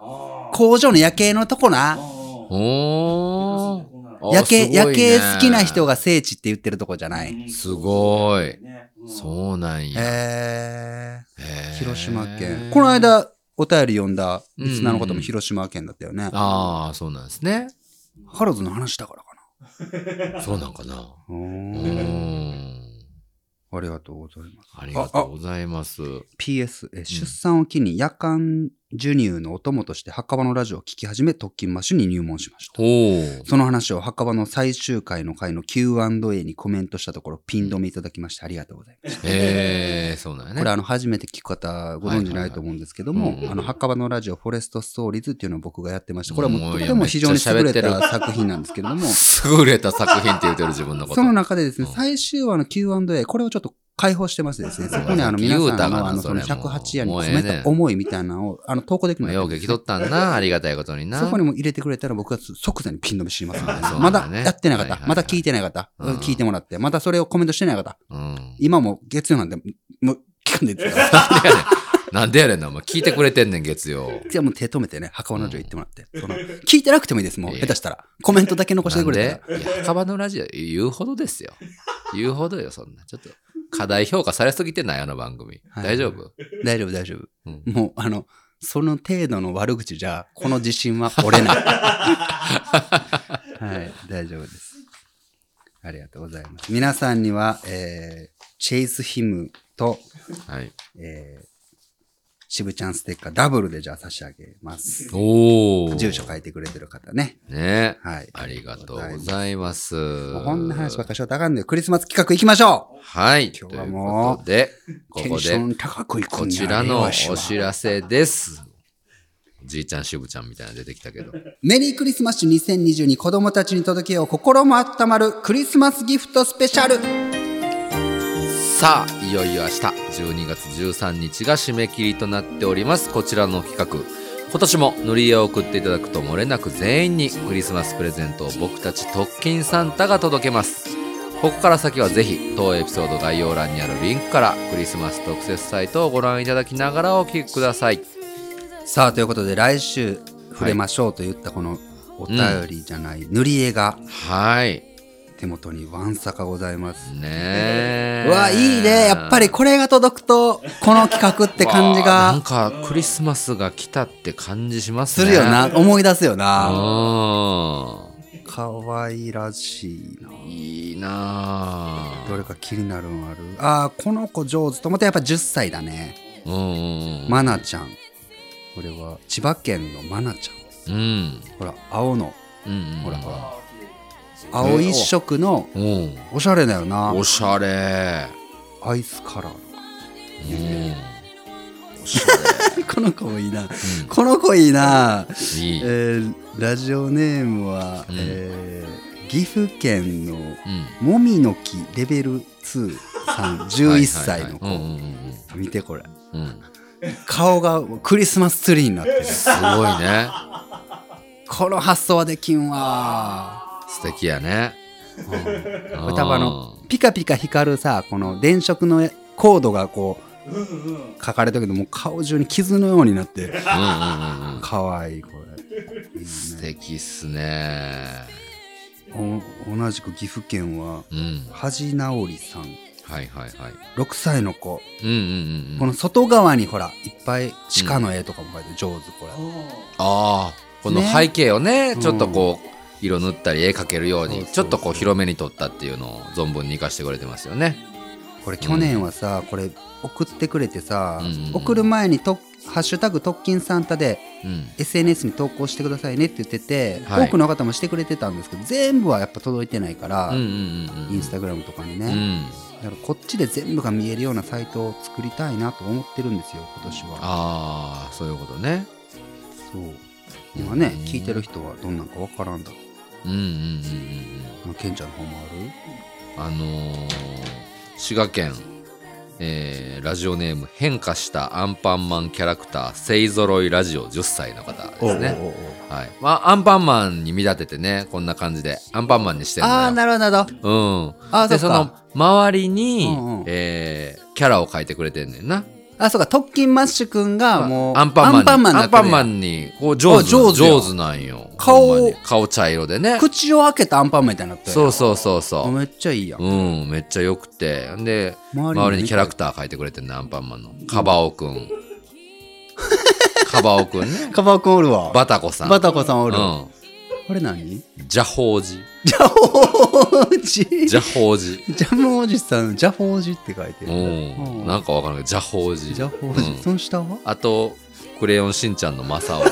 ー
工場の夜景のとこ
あ
な。
ー。
おー。
あ
あ
夜景、
すごいね
夜景好きな人が聖地って言ってるとこじゃない。
すごい。
ねうん
そうなんや。
え
へ
ー、
ー
広島県。この。間、お便り読んだリスナーの方
うんう
も
ん
広島県だったよね。
ああ、そうなんですね。
ハローズの話だからか
そうなんかな。
な。
う
う
ー
ーん
ん。
ありがとうございます。
ありがとうございます。
PS、え出産を機に夜間授乳のお供として墓場のラジオを聞き始め特勤マッシュに入門しました。
おー。
その話を墓場の最終回の回の Q&A にコメントしたところピン止めいただきましてありがとうございます。
へえ、そうなんやね。
これあの初めて聞く方ご存知ないと思うんですけど
はいはい
も
はい、うん
あの墓場のラジオフォレストストーリーズっていうのを僕がやってまして、これは
も
もう
う
と
いや
ても非常に優れ
めっちゃ喋った
作品なんですけれども、
優れた作品って言ってる自分のこと。
その中でですね
う、ん
最終話の Q&A、これをちょっと開放してましてですね、そこにあの皆
言う
さ
た
ん
が
の
な
あのその
それもう
108夜に
もうええ
込
ね
めた思いみたいなのをあの投稿できるの
よう劇取ったんな。ありがたいことにな。
そこにも入れてくれたら僕は即座にピン止めしますので、
そう
ま
だ
だ
ね
やってない
はいはい
方、
はい
まだ聞いてない方、
うん
聞いてもらって、まだそれをコメントしてない方、
うん。
今もう月曜なんで、もう聞かんでいいですから。
なんでやれんのお前聞いてくれてんねん、月曜。
じゃあもう手止めてね、墓場の女行ってもらって、その聞いてなくてもいいです、もう
いや
下手したら。コメントだけ残して
なん
くれた
で
ら。
いや、墓場のラジオ言うほどですよ。言うほどよ、そんな。ちょっと、過大評価されすぎてない、あの番組。
はい
大丈夫
大丈夫、大丈夫。
うん
もう、あの、その程度の悪口じゃ、この自信は折れ ない。はい、大丈夫です。ありがとうございます。皆さんには、えー、チェイスヒムと、
はい。
えー、渋ちゃんステッカーダブルでじゃあ差し上げます。
おお。
住所。書いてくれてる方ね。
ね。
はい。
ありがとうございます。
もうこんな話ばっかりしようとあかんで、クリスマス企画行きましょ
はい。
今
と
日
い
は
う
も
こ
う
とで、こ
う
こ
テンショ
で、
ン高くいく
こ
んや
ちらの
よ
お
しは
知らせです。じいちゃん、しぶちゃんみたいなの出てきたけど。
メリークリスマス2022子供たちに届けよう心も温まるクリスマスギフトスペシャル
さあいよいよ明日12月13日が締め切りとなっておりますこちらの企画今年も塗り絵を送っていただくと漏れなく全員にクリスマスプレゼントを僕たち特勤サンタが届けますここから先はぜひ当エピソード概要欄にあるリンクからクリスマス特設サイトをご覧いただきながらお聴きください
さあということで来週触れましょうと言ったこのお便りじゃない、塗り絵が
はい
手元にわんさかございます、
ねえ
うわいいねやっぱりこれが届くとこの企画って感じ
わあなん
が
かクリスマスが来たって感じします
す
ね
るよな、思い出すよ
う
なん可愛らしいない
いなぁ。
どれか気になるのあるあーこの子上手と思ってやっぱ10歳だね
うんうんうん。
まなちゃんこれは千葉県のまなちゃん
うん。
ほら青の
うんうん。
ほらほら
あー綺麗
青一色の
うん。
おしゃれだよな
おしゃれ。
アイスカラー
うん。
のこの子もいいなこの子いいな、え
いい。
ーラジオネームは、
うん
えー岐阜県の
うん。
もみの木レベル2さ ん11歳の子、
はいはいはいうん
見てこれ
うんうんうん。うん
顔がクリスマスツリーになってる
すごいね。
この発想はできんわ、
素敵やね。
うん
うん
歌場のピカピカ光るさこの電飾のコードがこう
うんうん。
書かれたけどもう顔中に傷のようになって
うんうんうんうん。
可愛いこれいいね
素敵っすね。
お同じく岐阜県は
うん。
恥直りさん
はいはいはい。
6歳の子、
うんうんうん
こ
うん。
の外側にほらいっぱい鹿の絵とかも描いてる上手これ、
あ
ああ。この
ね
背景をね、
うん
ちょっとこう。色塗ったり絵描けるよ
そ
う
う
に
そうそう
ちょっとこう広めに撮ったっていうのを存分に生かしてくれてますよね。
これ去年はさ、これ送ってくれてさ、
うんうん
送る前にと「ハッシュタグ特勤サンタ」で
うん、
SNS に投稿してくださいねって言ってて、
はい
多くの方もしてくれてたんですけど全部はやっぱ届いてないから、
うんうんうんうん、
インスタグラムとかに
う
ね、
ん、
だからこっちで全部が見えるようなサイトを作りたいなと思ってるんですよ今年は。
ああそういうことね
そう今ね
うん
聞いてる人はどんなんかわからんだろ
うんうんうん
うケンちゃんの方もある
うんうんあのー、滋賀県えーラジオネーム変化したアンパンマンキャラクター勢ぞろいラジオ10歳の方ですね
おうおうおう
はいまあアンパンマンに見立ててねこんな感じでアンパンマンにしてるのよ
ああなるほどなるほど
うん
あーそ
で
っ
その
か
周りに、
うんうん
えーキャラを描いてくれてんねんな
あそうか特勤マッシュくんがもう
アンパンマンに。
に
ア
な
ン
って
パ
る
ン
やん
マンに、こう上
あ
手。
上手や
上手なんよ。
顔
ほんまに顔茶色でね。
口を開けたアンパンマンみたいになってる
そうそうそうそ
めっちゃいいやん、
う。うん、めっちゃ良くて。んで、
周りに
周りにキャラクター描いてくれてんね、アンパンマンの。カバオく ん。カバオくんね。
カバオくんおるわ
バタコさん。
バタコさんおる、
うん。
これ何
ジャホージ。
ジャホージ
ジャホージ。
ジャムおじさんジャホージって書いて
う
る、
ん。なんかわからんけど、ジャホージ。
ジャホージ、
うん
その下は
あと、クレヨンしんちゃんのマサオ。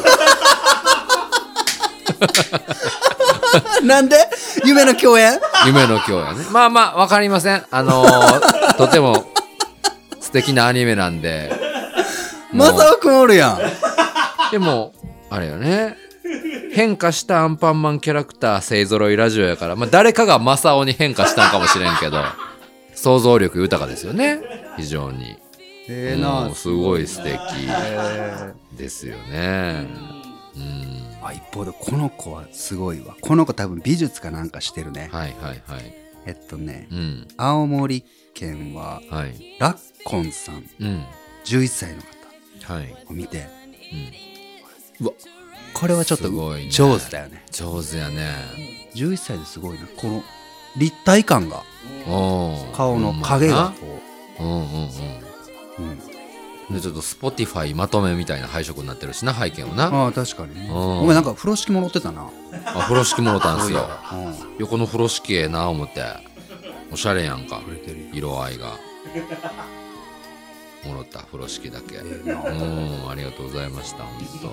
なんで夢の共演
夢の今日やね。まあまあ、わかりません。あの ーとても素敵なアニメなんで。も
マ
う
サオくんおるやん
でも、あれよね。変化したアンパンマンキャラクター勢ぞろいラジオやから、まあ誰かがマサオに変化したんかもしれんけど、想像力豊かですよね。非常に。
ええ
う
なん
すごい素敵
え
ですよね。うん。
ーあ一方でこの子はすごいわこの子多分美術かなんかしてるね
はいはいはい。
えっとね
うん。
青森県は
はい。
ラッコンさん
うん。
11歳の方
はい。
を見て
うん。
これはちょっと
すごいね
上手だよね
上手やね。
11歳ですごいなこの立体感が
おー
顔の影がこ
うんうんうん。
う、うん、
でちょっと Spotify まとめみたいな配色になってるしな背景もな
ああ確かにね
うん
お前なんか風呂敷も乗ってたな、
あ風呂敷もろたんすよ
うん、
横の風呂敷ええな思っておしゃれやんか
れてる
色合いがもらった風呂敷だけ
え
う
えな。
んありがとうございました本当
う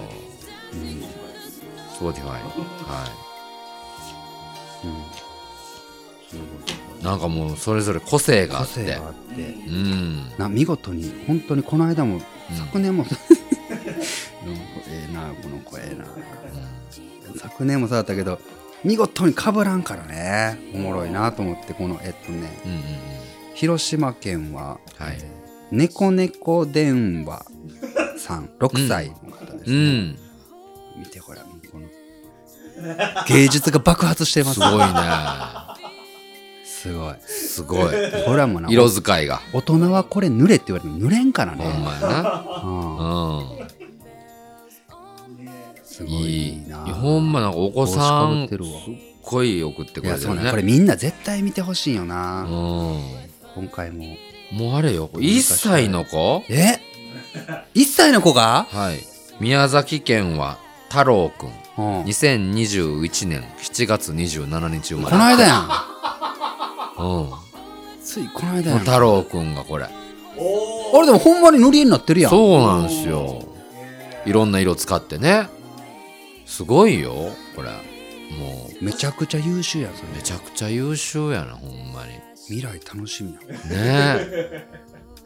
ん。
Spotify は
すごい
いなんかもうそれぞれ個性があ
個
って
性があっ
う
て。
うんん
な見事に本当にこの間も昨年もなんかええなこの子ええな昨年もそうだったけど見事にかぶらんからねおもろいなと思ってこのえっとね
うんうんうん
広島県は
はい
「猫猫電話」さん6歳の方です
う
ね、
ん
見てほらもうこの芸術が爆発してますす
ごいね
すごい
すごい
これはも うな
色使いが
大人はこれ濡れって言われても濡れんから
ほん
ね、
まやな
うん
う
ね
す
ん
ご
い
い
い
な
ほんまなんかお子さ
帽子かぶ
ん
ってるわ
すっごい送って
い
くれ
や
て
そう
る
ねこれ
ね
みんな絶対見てほしいよ
うん
な、
も
今回も
うあれよ1歳の子
え1歳の子が、
はい宮崎県は太郎くん
うん、こ
2021年7月27日生まれ
の間やん
うん
ついこの間
もう
やん
太郎くんがこれ
おー
あれでもほんまに塗り絵になってるやん
そうなんですよ
ね
いろんな色使ってねすごいよこれも
めちゃくちゃ優秀やんそれ
うめちゃくちゃ優秀やなほんまに
未来楽しみやん、
ね
え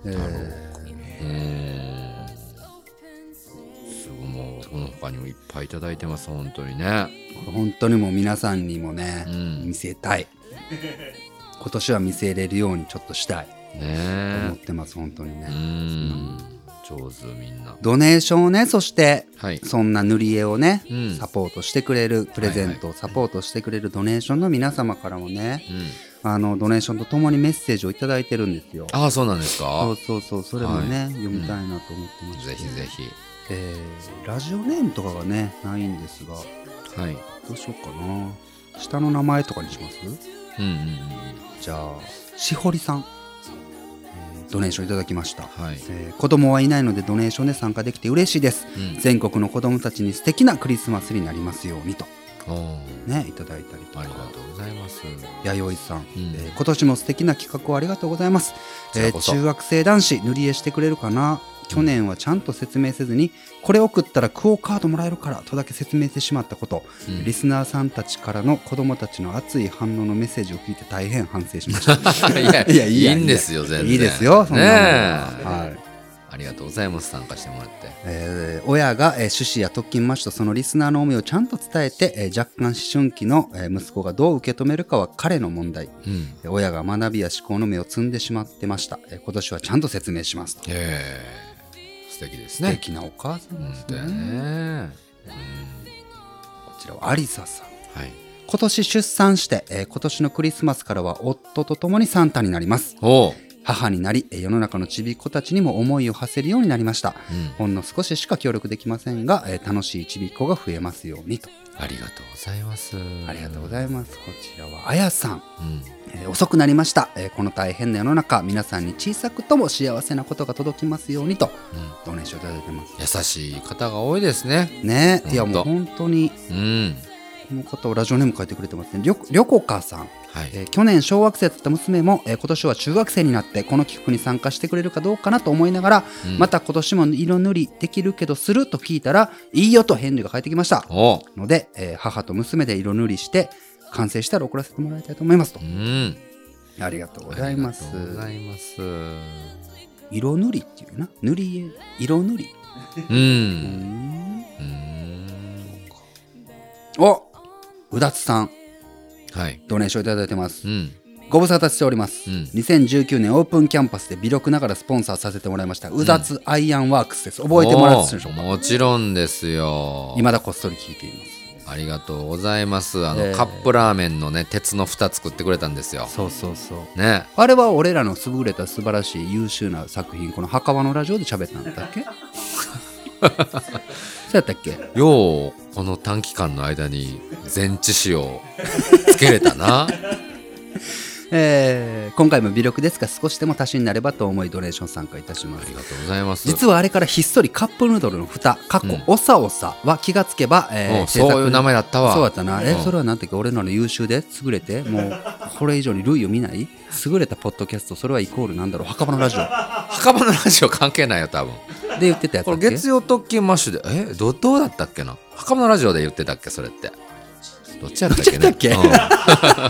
えうーんすごいもうこの他にもいっぱいいただいてます本当にね
ー、本当にもう皆さんにもね
う、ん
見
ね
せたい今年は見せれるようにちょっとしたいと思っ
え
てます本当にね、
うん上手みんな
ドネーションをねそして
はい
そんな塗り絵をね、
うん
サポートしてくれるプレゼントをサポートしてくれるドネーションの皆様からもね
うん
あのドネーションとともにメッセージをいただいてるんですよ
ああそうなんです
そ
か
うそうそうそれもね、
はい
読みたいなと思ってまして
ぜひぜひ
えーラジオネームとかがねないんですが
はい
どうしようかな下の名前とかにします
うんうんうん
じゃあしほりさん、えードネーションいただきました、
はい
えー子供はいないのでドネーションで参加できて嬉しいです
うん
全国の子供たちに素敵なクリスマスになりますようにと
お
ねいただいたりと
ーありが
か
とうございます
弥生さん、
うん
えー今年も素敵な企画をありがとうございます、
こち
え
ら
ー
こそ
中学生男子塗り絵してくれるかな去年はちゃんと説明せずにこれ送ったらクオカードもらえるからとだけ説明してしまったこと、
うん
リスナーさんたちからの子どもたちの熱い反応のメッセージを聞いて大変反省しました
いや
いやい
い
いや
いんです よ、全然。
いいですよそんな
ね
の
え
はい
ありがとうございます、参加してもらって。
えー親が、えー趣旨や特勤マッシュとそのリスナーの思いをちゃんと伝えて、えー若干思春期の、えー息子がどう受け止めるかは彼の問題
うん。
えー親が学びや思考の目を摘んでしまってました、えー今年はちゃんと説明しますと、
ええ素敵です
素
ね。
敵なお母さんで
本
す
当
ね
やね。
こちらはアリサさん
うん。はい。
今年出産して、えー今年のクリスマスからは夫と共にサンタになります
おう。
母になりえー世の中のちびっ子たちにも思いを馳せるようになりました
うん。
ほんの少ししか協力できませんが、えー楽しいちびっ子が増えますようにと
ありがとうございます。
ありがとうご
い
ざいます。こちらはあやさん、
ます。
えー遅くなりました、えーこの大変な世の中、皆さんに小さくとも幸せなことが届きますようにと、
うん。うん。
ドネーションいただいてます。
優しい方が多いですね。
ねえ、いや
ほんと
もう本当に、
うん。
この方、ラジオネーム書いてくれてますね。りょりょこかさん、
はい。
えー去年小学生だった娘も、えー今年は中学生になって、この企画に参加してくれるかどうかなと思いながら、
うん
また今年も色塗りできるけどすると聞いたら、いいよと返事が返ってきました。
おう。
ので、えー母と娘で色塗りして、完成したら送らせてもらいたいと思いますと
う。ん。
ありがとうございます
あ。りがとうございます。
色塗りっていうな。塗り絵、色塗り。
う。
うんん
うん。
おうだつさん、
はい。
ドネーションいただいてます
う。ん。
ご無沙汰しております。
うん
2019年オープンキャンパスで微力ながらスポンサーさせてもらいました。うだつアイアンワークスです。覚えてもらってたでしょう
お
か
うもちろんですよ。
未だこっそり聞いていま
ありがとうございます。あの、
ええ
カップラーメンのね、鉄の蓋作ってくれたんですよ
す。。そうそうそう。
ね。
あれは俺らの優れた素晴らしい優秀な作品、この墓場のラジオで喋ったん だっけそうやったっけ
よう、この短期間の間に、全知識をつけれたな。
えー今回も微力ですが少しでも足しになればと思いドネーション参加いたしま
あ
す
りがとうござ います。
実はあれからひっそりカップヌードルの蓋かっこ
うん
おさおさは気がつけば、えー
うん
制作
そういう名前だったわ。
そうだったな、え
うん
それはなんていうか俺らの優秀で優れてもうこれ以上に類を見ない優れたポッドキャストそれはイコールなんだろう墓場のラジオ
墓場のラジオ関係ないよ、多分。
で言ってたやつ
こ
だ
れ
っけ
月曜特勤マッシュで、えど、どうだったっけな墓場のラジオで言ってたっけ、それって。どっちやったっけね
どっちやったっ
うんあ、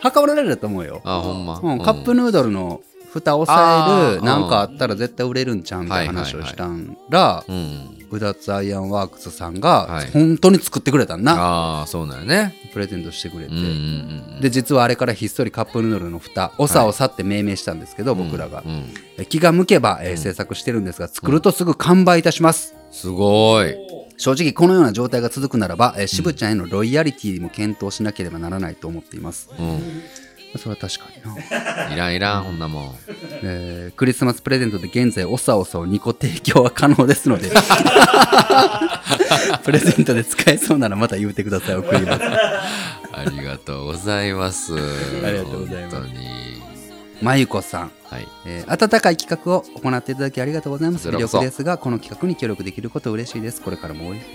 墓場のラジオだと思うよ、
ほんま。
うん、カップ
の、
ヌードルの蓋を押さえ
あ
る
ー
なんかあったら絶対売れるんちゃうんみたいな話をしたんら
うん。
うだつアイアンワークスさん
は
が
い
本当に作ってくれたんな、
ああ、そうなんよね。
プレゼントしてくれ
う
て、
んうんうん。
で実はあれからひっそりカップヌードルの蓋おさおさって命名したんですけど、僕らが
う、ん。
え気が向けば、えー制作してるんですが作るとすぐ完売いたします、
すごい。
正直このような状態が続くならば、えー、渋ちゃんへのロイヤリティも検討しなければならないと思っています
うん。
それは確かにな、
いらんいらん、こんなもん。
えークリスマスプレゼントで現在おさおさを2個提供は可能ですので プレゼントで使えそうならまた言うてください送り ます
ありがとうございます。あ
りがとうございます
本当に。
まゆこさん
はい。
えー温かい企画を行っていただきありがとうございます。
こち
魅
らこそ
力ですが、この企画に協力できること嬉しいです。これからも多いですね。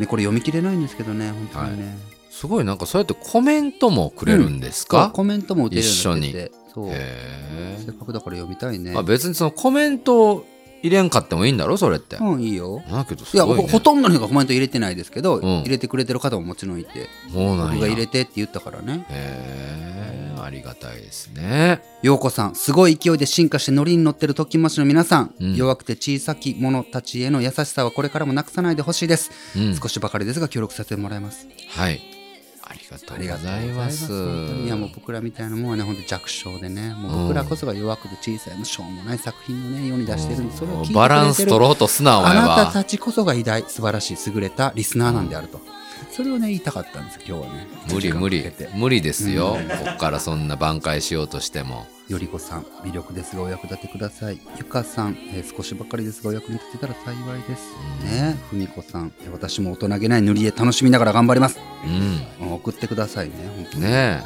ね、これ読み切れないんですけどね、本当にね。
すごい、なんかそうやってコメントもくれるんですか、
そうコメントも打てるようになってて、そう。
へ
せっかくだから読みたいね
え。。あ、別にそのコメントを入れんかってもいいんだろそれって。
うん、いいよ。
だけどす
いや、
ごい、
ほ
ね。
ほとんどの人がコメント入れてないですけど、
ん
入れてくれてる方ももちろんいて、
そうなんや
僕が入れてって言ったからね。
へえ、ありがたいですね。
ようこさん、すごい勢いで進化して乗りに乗ってる特訓マッシュの皆さん、
うん
弱くて小さき者たちへの優しさはこれからもなくさないでほしいです。
うん
少しばかりですが、協力させてもらいます。
はい。ありがと
あ
う
り
ご
がとうご
ざ
ざ
い
い
ま
ます。
す。
本当にいやもう僕らみたいなもんはね、本当弱小でね、もう僕らこそが弱くて小さい、もうしょうもない作品をね、世に出してるんで、それを聞いてくれてる
バランス取ろうとすな、お
あ
前
なた
は。
たちこそが偉大、素晴らしい、優れたリスナーなんであると。それをね、言いたかったんですよ、今日はね。
無理無
時間
理
かけて。
無理ですよ。こっからそんな挽回しようとしても。
よりこさん、魅力ですがお役立てください。ゆかさん、えー少しばかりですがお役に立てたら幸いです。ねえふみこさん、えー私も大人げない塗り絵楽しみながら頑張ります。
うん。
うん送ってくださいね、本当に。
ね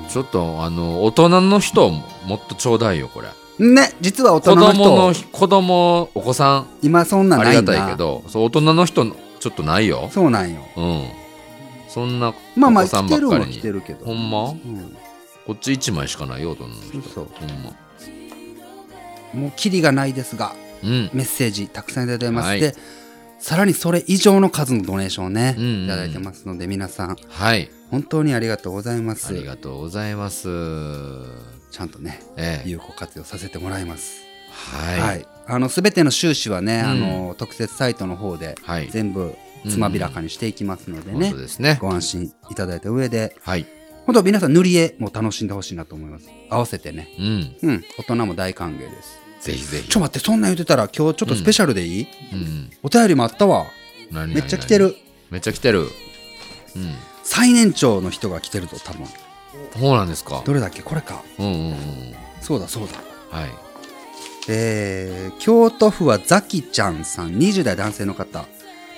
うん
え。ちょっと、あの、大人の人ももっとちょうだいよ、これ。
ね、実は大
子
人の人
供の、子供、お子さん、
今そんなん
あ
ない
りが
んだ
たいけど、そう、大人の人、ちょっとないよ。
そうなんよ
うん。そんな、
まあま
お
あ
子さ
来
ん
て
ば
る
っ
は
かり
来て
に。
るけど
ほんま
うん
こっち1枚しかないよ、大人の人。
嘘
ほんま。
もうキリがないですが
うん。
メッセージたくさんいただいてま
は
し
い
て、さらにそれ以上の数のドネーションをね、
うんうん
いただいてますので皆さん
はい。
本当にありがとうございま
あ
す
りがとうございます。
ちゃんとね
ええ。
有効活用させてもらいますはい、
はい。
あの全ての収支はね、
ん
あの特設サイトの方で
はい。
全部つまびらかにしていきますのでね、
本当ですね。
ご安心いただいた上で
はい。
本当皆さん塗り絵も楽しんでほしいなと思います合わせてね
うん。
うん大人も大歓迎です
ぜひぜひ。
ちょ待ってそんなん言ってたら今日ちょっとスペシャルでいい、
うん。
お便りもあったわ
何
めっちゃ来て。る
何めっちゃ来てる。うん。
最年長の人が来てるぞ多分
そうなんですか。
どれだっけこれか
うんうんうん。
そうだそうだ
はい。
えー、京都府はザキちゃんさん20代男性の方、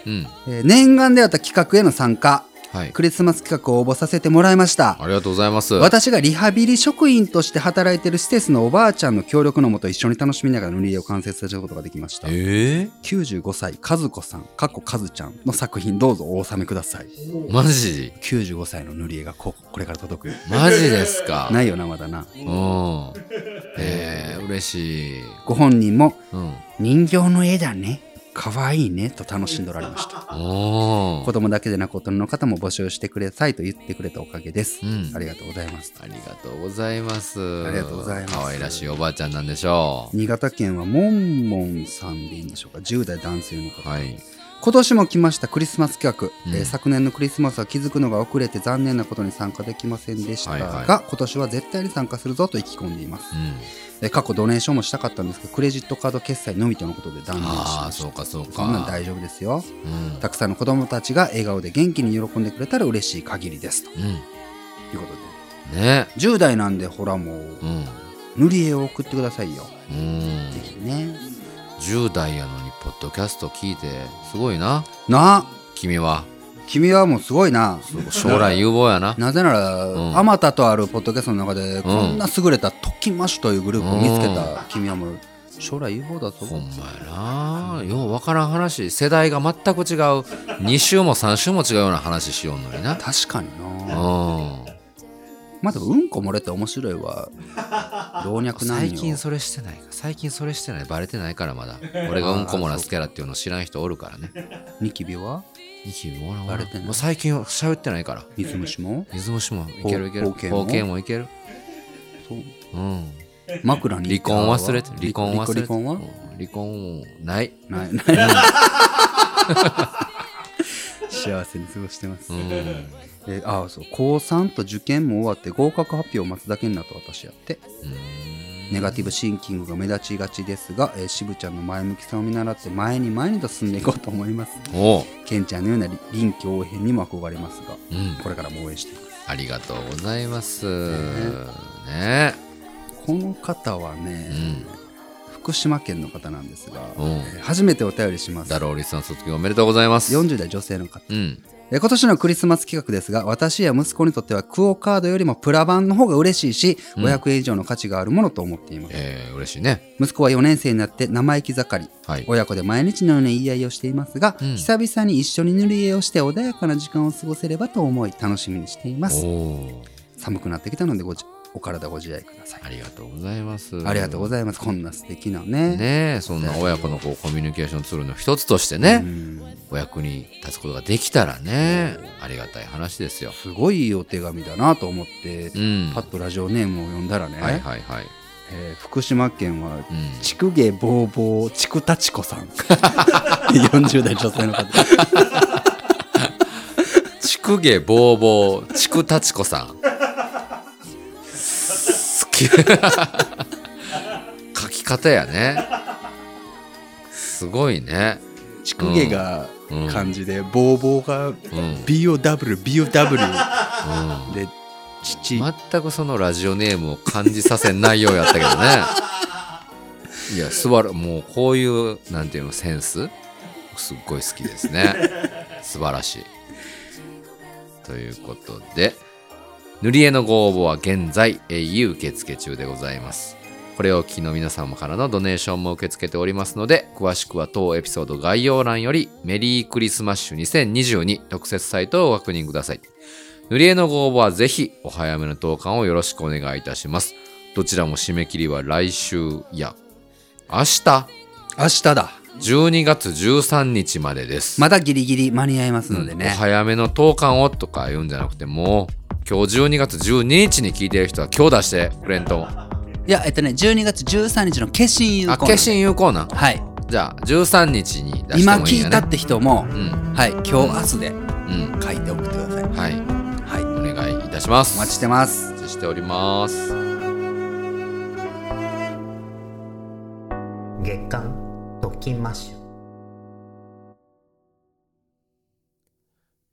うん。
えー念願であった企画への参加
はい。
クリスマス企画を応募させてもらいました
ありがとうございます。
私がリハビリ職員として働いている施設のおばあちゃんの協力のもと一緒に楽しみながら塗り絵を完成させることができました
ええ
95歳和子さんかっこ和ちゃんの作品どうぞお納めください
マジ
95歳の塗り絵がここれから届くよ
マジですか。
ないよなまだな
うん。ええ嬉しい。
ご本人も
うん。
人形の絵だねかわいいねと楽しんでおられました
お
子
ー。
供だけでなく大人の方も募集してくださいと言ってくれたおかげです、
うん
ありがとうございます
ありがとうございます。
ありがとうございます
可愛らしいおばあちゃんなんでしょ
新潟県はもんもんさんでいいんでしょうか10代男性の
う。
方
はい。
今年も来ましたクリスマス企画、
うん
えー昨年のクリスマスは気づくのが遅れて残念なことに参加できませんでしたが、
はいはい
今年は絶対に参加するぞと意気込んでいます
う、ん。
えー過去ドネーションもしたかったんですがクレジットカード決済のみとのことで断念し
あ
ま
あ、
し
そうかそう
た
か。
そんなん大丈夫ですよ
うん。
たくさんの子どもたちが笑顔で元気に喜んでくれたら嬉しい限りですと
う
いうことで
ん。ね。
10代なんでほらもう
うん。
塗り絵を送ってくださいよ、
うん。
ぜひね
10代やのに、ポッドキャスト聞いて、すごいな、
なあ
君は。
君はもうすごいな。
将来有望やな。
なぜなら、あまたとあるポッドキャストの中で、こんな優れたトキマシュというグループを見つけた君はもう、将来有望だぞ。
ほんまやな。ようわからん話。世代が全く違う。2週も3週も違うような話しようのにな。
確かにな。
うん。
まあでも、うんこ漏れて面白いは、老若男
最近
女。
それしてないか最近それしてないバレてないからまだ俺がうんこ漏らすキャラっていうの知らん人おるからね
ニキビは
ニキビもら
バ
わ
レ
れ
て
て
ない
もう最近は喋ってないから
水虫も
水虫もいけるいけ
ほ
る
う包茎
包茎
も
もいける
そう
うん
枕に
離婚忘れて離婚忘れて
離婚は
うん離婚もない
ないない幸せに過ごしてます、
うん
でああそう高3と受験も終わって合格発表を待つだけになった私やってネガティブシンキングが目立ちがちですが、えー、渋ちゃんの前向きさを見習って前に前にと進んでいこうと思います
おう
ケンちゃんのようなり臨機応変にも憧れますが
うん
これからも応援しています
ありがとうございますね
この方はね、福島県の方なんですが、
うん
えー初めてお便りします
ダローリスさん卒業おめでとうございます
40代女性の方
うん
えー今年のクリスマス企画ですが私や息子にとってはクオ・カードよりもプラ版の方が嬉しいし、
うん
500円以上の価値があるものと思っています
えー嬉しいね
息子は4年生になって生意気盛り
はい
親子で毎日のような言い合いをしていますが、
うん
久々に一緒に塗り絵をして穏やかな時間を過ごせればと思い楽しみにしています
おう
寒くなってきたのでごじお体ご自愛ください
ありがとうございます。
ありがとうご
ざい
ざいますこんな素敵な
ま
ね
ねえ、そんな親子のこうコミュニケーションツールの一つとしてね、
うん
お役に立つことができたらね、ありがたい話ですよ。
すごいいいお手紙だなと思って、
うん。
パッとラジオネームを読んだらね、
はいはいはい。
えー福島県は
うん。
ちくげぼうぼうちくたちこさん 40代女性の方
ちくげぼうぼう、ちくたちこさん。す好き。 書き方やね。すごいね。
ちくげが
うん
漢字でぼうぼうが
うん。
BOWBOW
うん
で父
全くそのラジオネームを感じさせないようやったけどね いや素晴らもうこういうなんていうのセンスすっごい好きですね素晴らしいということで塗り絵のご応募は現在えー受付中でございますこれをお聞きの皆様からのドネーションも受け付けておりますので詳しくは当エピソード概要欄よりメリークリスマッシュ2022特設サイトをご確認ください塗り絵のご応募はぜひお早めの投函をよろしくお願いいたします。どちらも締め切りは来週いや明日
明日だ
12月13日までです。
まだギリギリ間に合いますので
お
ね、
早めの投函をとか言うんじゃなくてもう今日12月12日に聞いてる人は今日出してくれんと。
いやえっとね12月13日の化身有
あ、
効
決心有効なん。
はい
じゃあ13日に出して
今
もいい
聞
んや
い
ね
た。って人も、
うん
はい今日明日で
うん
書いて送ってください
はい
はい
お願いいたしま
お
す。
待ちしてます
お待ちしております。
月刊特勤マッシュ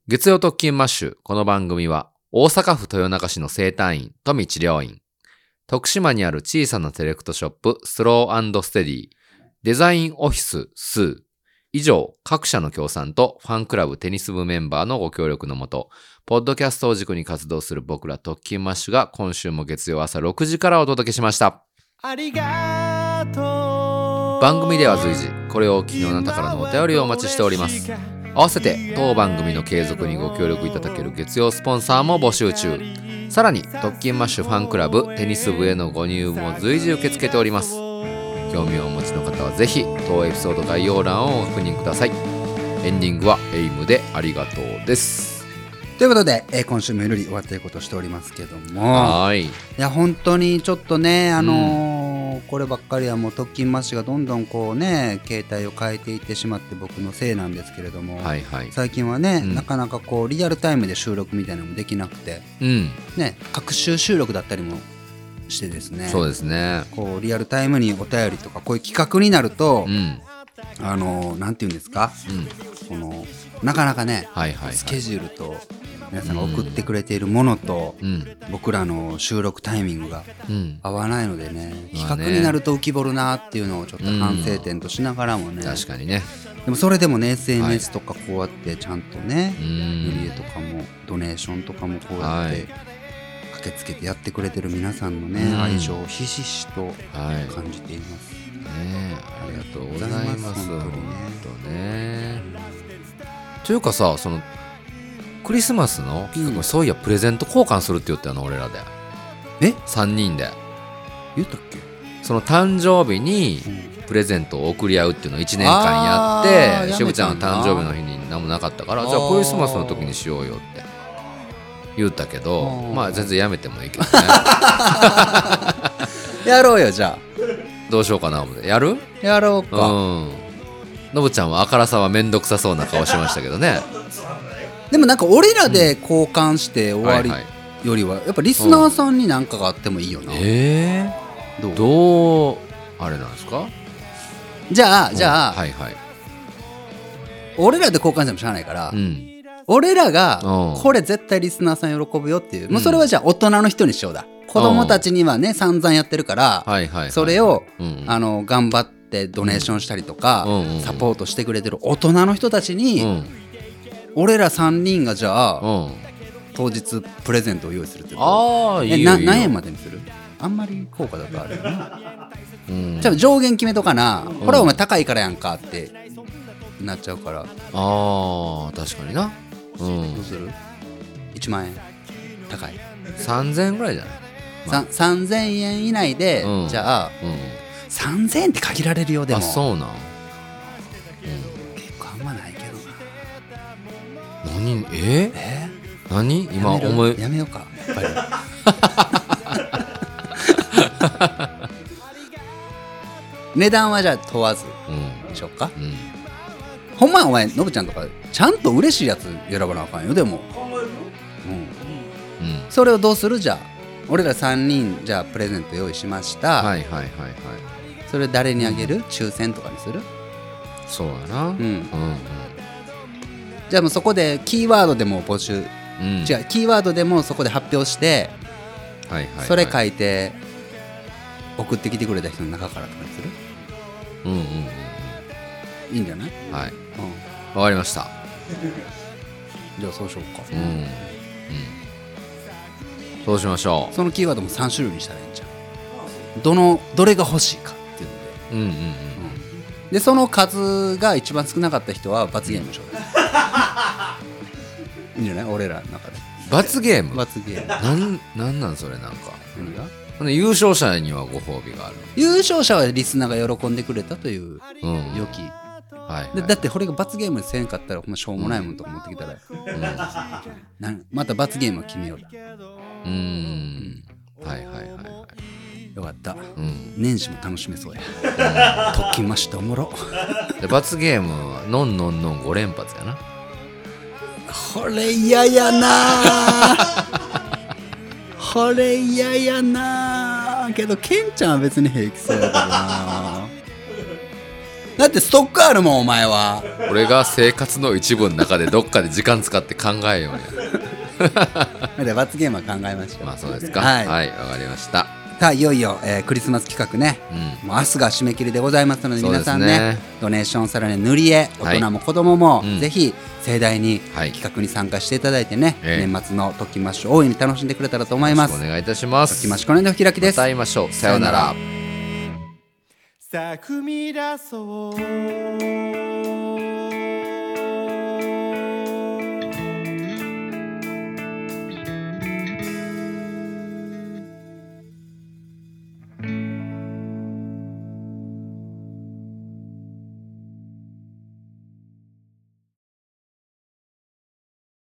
月曜特勤マッシュ。この番組は、大阪府豊中市の生誕院、富治療院、徳島にある小さなセレクトショップ、スローステディ、デザインオフィス、スー、以上、各社の協賛とファンクラブテニス部メンバーのご協力のもと、ポッドキャストを軸に活動する僕ら特勤マッシュが今週も月曜朝6時からお届けしました。
ありがとう
番組では随時、これをお聞きのあなたからのお便りをお待ちしております。合わせて当番組の継続にご協力いただける月曜スポンサーも募集中さらに特勤マッシュファンクラブテニス部へのご入も随時受け付けております興味をお持ちの方はぜひ当エピソード概要欄をご確認くださいエンディングはエイムでありがとうです
ということで、えー今週もゆるり終わっていこうとしておりますけども
はーい
いや本当にちょっとねあのーこればっかりはもう特勤マッシュがどんどんこうね携帯を変えていってしまって僕のせいなんですけれども、
はいはい
最近はね、
うん
なかなかこうリアルタイムで収録みたいなのもできなくて
うん
ね各週収録だったりもしてですね
そうですね
こうリアルタイムにお便りとかこういう企画になると
う、ん
あのーなんて言うんですか
うん
このなかなかね、
はいはいはい
スケジュールと皆さんが送ってくれているものと、
うん
僕らの収録タイミングが
うん
合わないのでね
まあね
企画になると浮き彫るなっていうのをちょっと反省点としながらもね、
確かにね
でもそれでもね SNS とかこうやってちゃんとね
う、
塗り絵
ん。
とかもドネーションとかもこうやって駆けつけてやってくれてる皆さんのね、
うん
愛情をひしひしと
はい。
感じています、
ねえありがとうございます
ありがとうございます
本
本
当ねというかさそのクリスマスの企画、
うん
そういやプレゼント交換するって言ったよな俺らで
え
3人で
言ったっけ
その誕生日に
うん
プレゼントを送り合うっていうのを1年間や
あ
っ
ー
て
やめたんだ
しぶちゃんの誕生日の日に何もなかったからじゃ
あ
あ
ー
クリスマスの時にしようよって言ったけど
あー
まあ全然やめてもいい けどね
やろうよじゃ
どうしようかな思ってやる
あやろう
う
か、
んのぶちゃんはあからさは面倒くさそうな顔してましたけどね
でもなんか俺らで交換して終わ
はいはい
りよりはやっぱリスナーさんに何かがあってもいいよな、
え
どう
ー、どうあれなんですか
じゃあじゃあ、
はいはい
俺らで交換してもしゃあないから、
うん
俺ら
う
が
ん
これ絶対リスナーさん喜ぶよっていう、もううんそれはじゃあ大人の人にしようだ子供たちにはね散々やってるから、
はいはい、はい、
それを、
うん
あの頑張ってドネーションしたりとか、
うんうんうん
サポートしてくれてる大人の人たち
うん
に、俺ら3人がじゃあ、
うん
当日プレゼントを用意するってこと
ああいいよ
え
いいよ
な何円までにするあんまり効果だとあるよな
うん
じゃあ上限決めとかな、これはお前高いからやんかってなっちゃうから
あー確かになうん
どうする ?1 万円高い
3000円ぐらいじゃない
さん3000円以内で、
うん
じゃあ
う
3000円って限られるよで
ん
も
あそうなん
結構あんまないけどな
何え
え
何
ー
今
やめる
思い
やめようかやっ ぱり値段はじゃあ問わず
うん
でしょうか
うん
ほんまはお前のぶちゃんとかちゃんと嬉しいやつ選ばなあかんよでも、
考えるよ
うん、
う
う
ん
それをどうするじゃあ俺ら3人じゃあプレゼント用意しました、
はいはいはいはい
それ誰にあげる、抽選とかにする、
そうやなう
うんん、
うん
じゃあもうそこでキーワードでも募集、
うん
違うキーワードでもそこで発表して、
はいはいはい
それ書いて送ってきてくれた人の中からとかにする
うんうんうん
いいんじゃない、
うんはい
うん、
わかりました
じゃあそうしようか、
うん、うん、そうしましょ
そのキーワードも3種類にしたらいいんじゃんどのどれが欲しいかっていうので
う。うんうんうん。
でその数が一番少なかった人は罰ゲームしよ ういいんじゃない俺らの中で
罰ゲーム。
罰ゲーム
なん、なんなんそれなんか。
何が
ほんで優勝者にはご褒美がある。
優勝者はリスナーが喜んでくれたという
うん。
良き
はい、はい。
でだってこれが罰ゲームせんかったらほんましょうもないもんとか持ってきたら、なんまた罰ゲームを決めようだ
うん。はいはいはいはい。
よかった
うん。
年始も楽しめそうや特訓ましておもろ
で罰ゲームは、のんのんのん5連発やな。
これ嫌やなあこれ嫌やなあけどケンちゃんは別に平気そうやけどなだってストックあるもんお前は
俺が生活の一部の中でどっかで時間使って考えよ うや。
だって罰ゲームは考えましょう、
まあそうですか。
は
はいい。わ、かりました。
さあいよいよ、えークリスマス企画ね
うん。
もう明日が締め切りでございますので
そうで
皆さ
すね
んねドネーションさらに塗り絵
は
大
い
人も子供も、
うん
ぜひ盛大に
はい
企画に参加していただいてね、
ええ
年末の「ときましょう」大いに楽しんでくれたらと思い
よろ
ま
し
す
くお願いいたします。
ときましこの辺でお開き
ま
です
た会いましょう。さようなら。
さあ踏み出そう